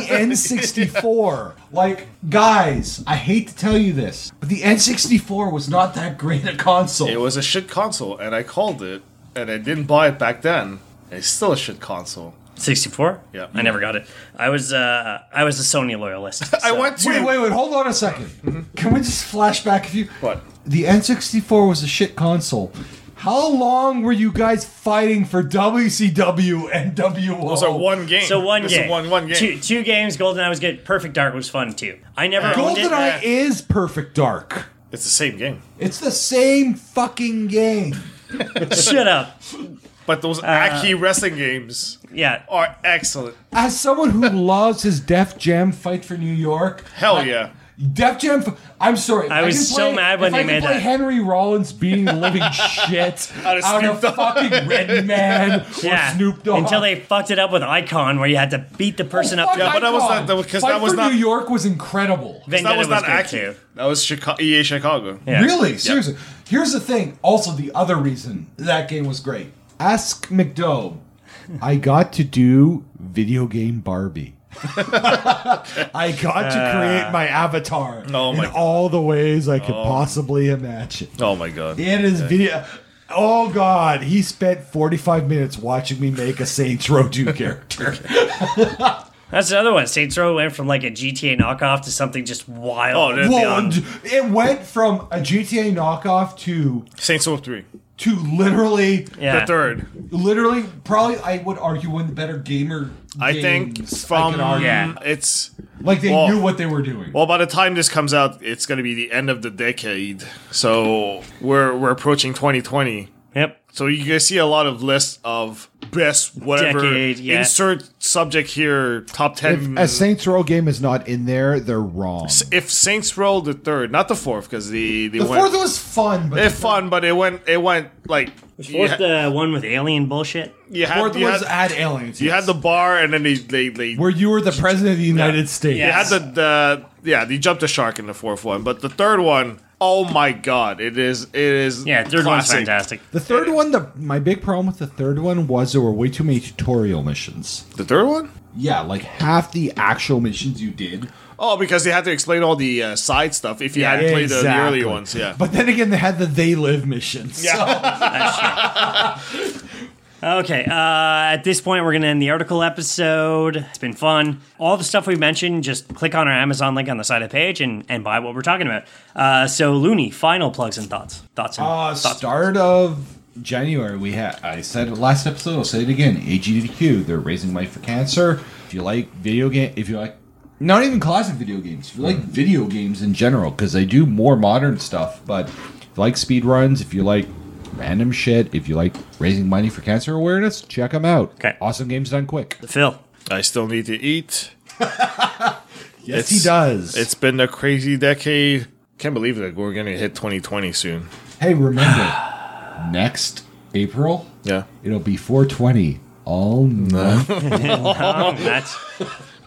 Speaker 4: N64. Like, guys, I hate to tell you this, but the N64 was not that great a console.
Speaker 5: It was a shit console, and I called it, and I didn't buy it back then. It's still a shit console.
Speaker 1: sixty four.
Speaker 5: Yeah.
Speaker 1: I never got it. I was uh I was a Sony loyalist.
Speaker 5: I
Speaker 1: so-
Speaker 5: went to
Speaker 4: Wait, wait, wait. Hold on a 2nd Can we just flash back a few?
Speaker 5: Mm-hmm. What?
Speaker 4: The N64 was a shit console. How long were you guys fighting for WCW and WO?
Speaker 5: Those are one game.
Speaker 1: So one
Speaker 5: this
Speaker 1: game,
Speaker 5: Is one one game.
Speaker 1: Two, two games. Golden Eye was good. Perfect Dark was fun too. I never owned it.
Speaker 4: GoldenEye is Perfect Dark.
Speaker 5: It's the same game.
Speaker 4: It's the same fucking game.
Speaker 1: Shut up.
Speaker 5: But
Speaker 1: Uh,
Speaker 5: those Aki wrestling games
Speaker 1: Yeah.
Speaker 5: are excellent.
Speaker 4: As someone who loves his Def Jam fight for New York,
Speaker 5: Hell yeah.
Speaker 4: Def Jam. f- I'm sorry.
Speaker 1: I was
Speaker 4: can
Speaker 1: so mad when
Speaker 4: if
Speaker 1: they
Speaker 4: I can
Speaker 1: made
Speaker 4: play
Speaker 1: that.
Speaker 4: Henry Rollins beating the living shit out of,
Speaker 5: Snoop Dogg.
Speaker 4: fucking Red Man
Speaker 1: Yeah.
Speaker 4: or Snoop Dogg.
Speaker 1: Until they fucked it up with Icon, where you had to beat the person
Speaker 4: Oh,
Speaker 1: up.
Speaker 4: fuck
Speaker 5: Yeah, but that was
Speaker 4: Icon.
Speaker 5: not- that was- 'cause
Speaker 4: Fight
Speaker 5: that was
Speaker 4: for
Speaker 5: not-
Speaker 4: New York was incredible.
Speaker 1: Vendetta
Speaker 5: that was not
Speaker 1: good
Speaker 5: Aki.
Speaker 1: too.
Speaker 5: That was Chicago, EA Chicago.
Speaker 1: Yeah.
Speaker 4: Really? Seriously. Here's the thing. Also, the other reason that game was great. Ask McDo. I got to do video game Barbie. I got to create my avatar
Speaker 5: Oh my
Speaker 4: in
Speaker 5: God.
Speaker 4: all the ways I
Speaker 1: Oh.
Speaker 4: could possibly imagine.
Speaker 5: Oh my god.
Speaker 4: It is video. Oh God, he spent 45 minutes watching me make a Saints Row 2 character.
Speaker 1: That's another one. Saints Row went from like a GTA knockoff to something just wild.
Speaker 5: Oh, dude.
Speaker 4: Well, and it went from a GTA knockoff to
Speaker 5: Saints Row 3.
Speaker 4: to literally
Speaker 1: yeah.
Speaker 5: The third.
Speaker 4: Literally, probably I would argue one of the better gamer.
Speaker 5: I think
Speaker 4: games, I
Speaker 5: from
Speaker 4: could argue.
Speaker 1: Yeah.
Speaker 5: it's
Speaker 4: like they
Speaker 5: Well-
Speaker 4: knew what they were doing.
Speaker 5: well by the time this comes out, it's gonna be the end of the decade. So we're we're approaching 2020.
Speaker 1: Yep.
Speaker 5: So you guys see a lot of lists of best whatever
Speaker 1: Decade, yeah.
Speaker 5: insert subject here top
Speaker 11: If
Speaker 5: ten.
Speaker 11: a Saints Row game is not in there, they're wrong.
Speaker 5: if Saints Row the third, not the fourth, because the the
Speaker 4: the fourth was fun, but
Speaker 5: it fun, but it went it went like you,
Speaker 1: Fourth,
Speaker 5: ha-
Speaker 1: the one with alien bullshit.
Speaker 5: you
Speaker 4: the
Speaker 5: had
Speaker 4: fourth
Speaker 5: you
Speaker 4: was
Speaker 5: had,
Speaker 4: at aliens.
Speaker 5: you had
Speaker 4: yes.
Speaker 5: the bar and then they they, they
Speaker 4: where you were the president of the United States.
Speaker 5: They
Speaker 1: Yeah.
Speaker 5: had the, the yeah, they jumped the shark in the fourth one, but the third one, oh my god, it is it is
Speaker 1: Yeah, third one's
Speaker 5: classic.
Speaker 1: fantastic.
Speaker 11: The third one, the my big problem with the third one was there were way too many tutorial missions.
Speaker 5: The third one?
Speaker 11: Yeah, like half the actual missions you did.
Speaker 5: Oh, because they had to explain all the uh, side stuff if you hadn't played the, the
Speaker 11: exactly.
Speaker 5: earlier ones. Yeah,
Speaker 4: But then again, they had the they live missions. Yeah.
Speaker 1: Okay, uh, at this point, we're going to end the article episode. It's been fun. All the stuff we mentioned, just click on our Amazon link on the side of the page and, and buy what we're talking about. Uh, so, Looney, final plugs and thoughts. Thoughts and
Speaker 4: uh,
Speaker 1: thoughts.
Speaker 4: start of January, we had. I said it last episode. I'll say it again. AGDQ. They're raising money for cancer. If you like video game, if you like. Not even classic video games. If you like video games in general, because they do more modern stuff. But if you like speed runs, if you like random shit, if you like raising money for cancer awareness, check them out.
Speaker 1: Okay.
Speaker 4: awesome games done quick.
Speaker 1: Phil.
Speaker 5: I still need to eat.
Speaker 4: Yes, he does.
Speaker 5: It's been a crazy decade. Can't believe that we're gonna hit 2020 soon.
Speaker 4: hey, remember next April
Speaker 5: Yeah,
Speaker 4: it'll be 420 all month.
Speaker 1: Oh, that's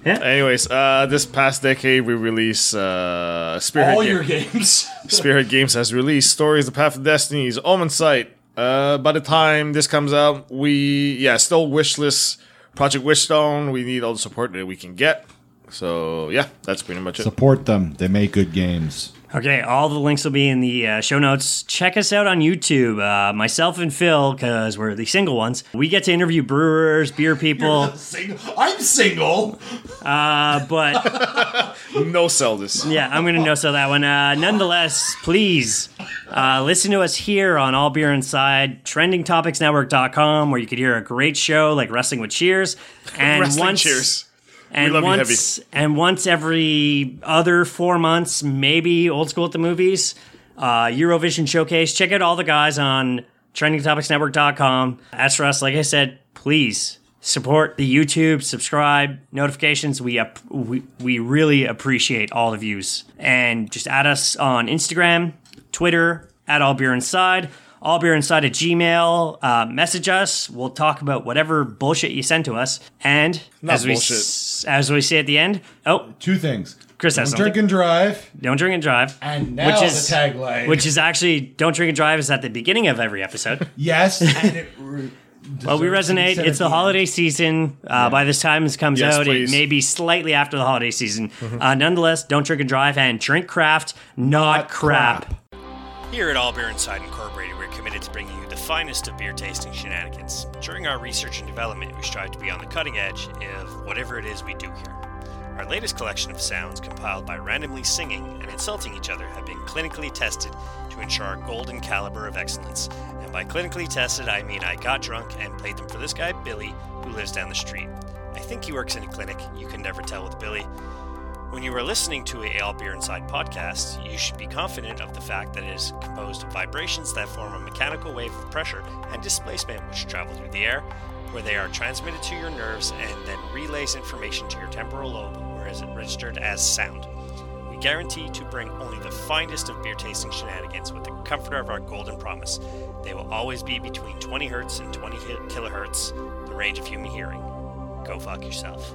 Speaker 5: Anyways, uh, this past decade we released uh, Spearhead
Speaker 4: all
Speaker 5: Ga-
Speaker 4: your games.
Speaker 5: Spearhead Games has released Stories, The Path of Destinies, Omen Sight. Uh, by the time this comes out, we yeah still wishlist Project Wishstone. We need all the support that we can get. So yeah, that's pretty much it.
Speaker 11: Support them; they make good games.
Speaker 1: Okay, all the links will be in the uh, show notes. Check us out on YouTube. Uh, myself and Phil, because we're the single ones, we get to interview brewers, beer people,
Speaker 4: Single- I'm single.
Speaker 1: uh, but
Speaker 5: No sell this.
Speaker 1: Yeah, I'm gonna no sell that one. Uh, nonetheless, please uh, listen to us here on All Beer Inside, trendingtopicsnetwork.com, where you could hear a great show like Wrestling with Cheers, and
Speaker 5: Wrestling
Speaker 1: once
Speaker 5: cheers.
Speaker 1: and
Speaker 5: love you,
Speaker 1: once and once every other four months, maybe Old School at the Movies, uh, Eurovision Showcase. Check out all the guys on trendingtopicsnetwork.com. As for us, like I said, please support the YouTube, subscribe, notifications. We up, we we really appreciate all the views and just add us on Instagram, Twitter at All Beer Inside. All beer inside at Gmail. Uh, message us. We'll talk about whatever bullshit you send to us. And as we
Speaker 5: bullshit.
Speaker 1: s- as we say at the end, oh,
Speaker 4: Two things.
Speaker 1: Chris has
Speaker 4: Don't
Speaker 1: something.
Speaker 4: drink and drive.
Speaker 1: Don't drink and drive.
Speaker 4: And now
Speaker 1: Which is-
Speaker 4: the tagline.
Speaker 1: Which is actually don't drink and drive is at the beginning of every episode.
Speaker 4: yes, and it re-
Speaker 1: Well, we
Speaker 4: deserves to be
Speaker 1: resonate.
Speaker 4: said
Speaker 1: It's
Speaker 4: at
Speaker 1: the holiday season. Uh, By this time this comes
Speaker 5: Yes,
Speaker 1: out,
Speaker 5: please.
Speaker 1: it may be slightly after the holiday season. Uh, nonetheless, don't drink and drive and drink craft, not, crap. Here at All Beer Inside Incorporated, we're committed to bringing you the finest of beer tasting shenanigans. During our research and development, we strive to be on the cutting edge of whatever it is we do here. Our latest collection of sounds compiled by randomly singing and insulting each other have been clinically tested to ensure our golden caliber of excellence. And by clinically tested, I mean I got drunk and played them for this guy, Billy, who lives down the street. I think he works in a clinic, you can never tell with Billy. When you are listening to a All Beer Inside podcast, you should be confident of the fact that it is composed of vibrations that form a mechanical wave of pressure and displacement which travel through the air, where they are transmitted to your nerves and then relays information to your temporal lobe, where it is registered as sound. We guarantee to bring only the finest of beer tasting shenanigans with the comfort of our golden promise. They will always be between 20 hertz and 20 kilohertz, the range of human hearing. Go fuck yourself.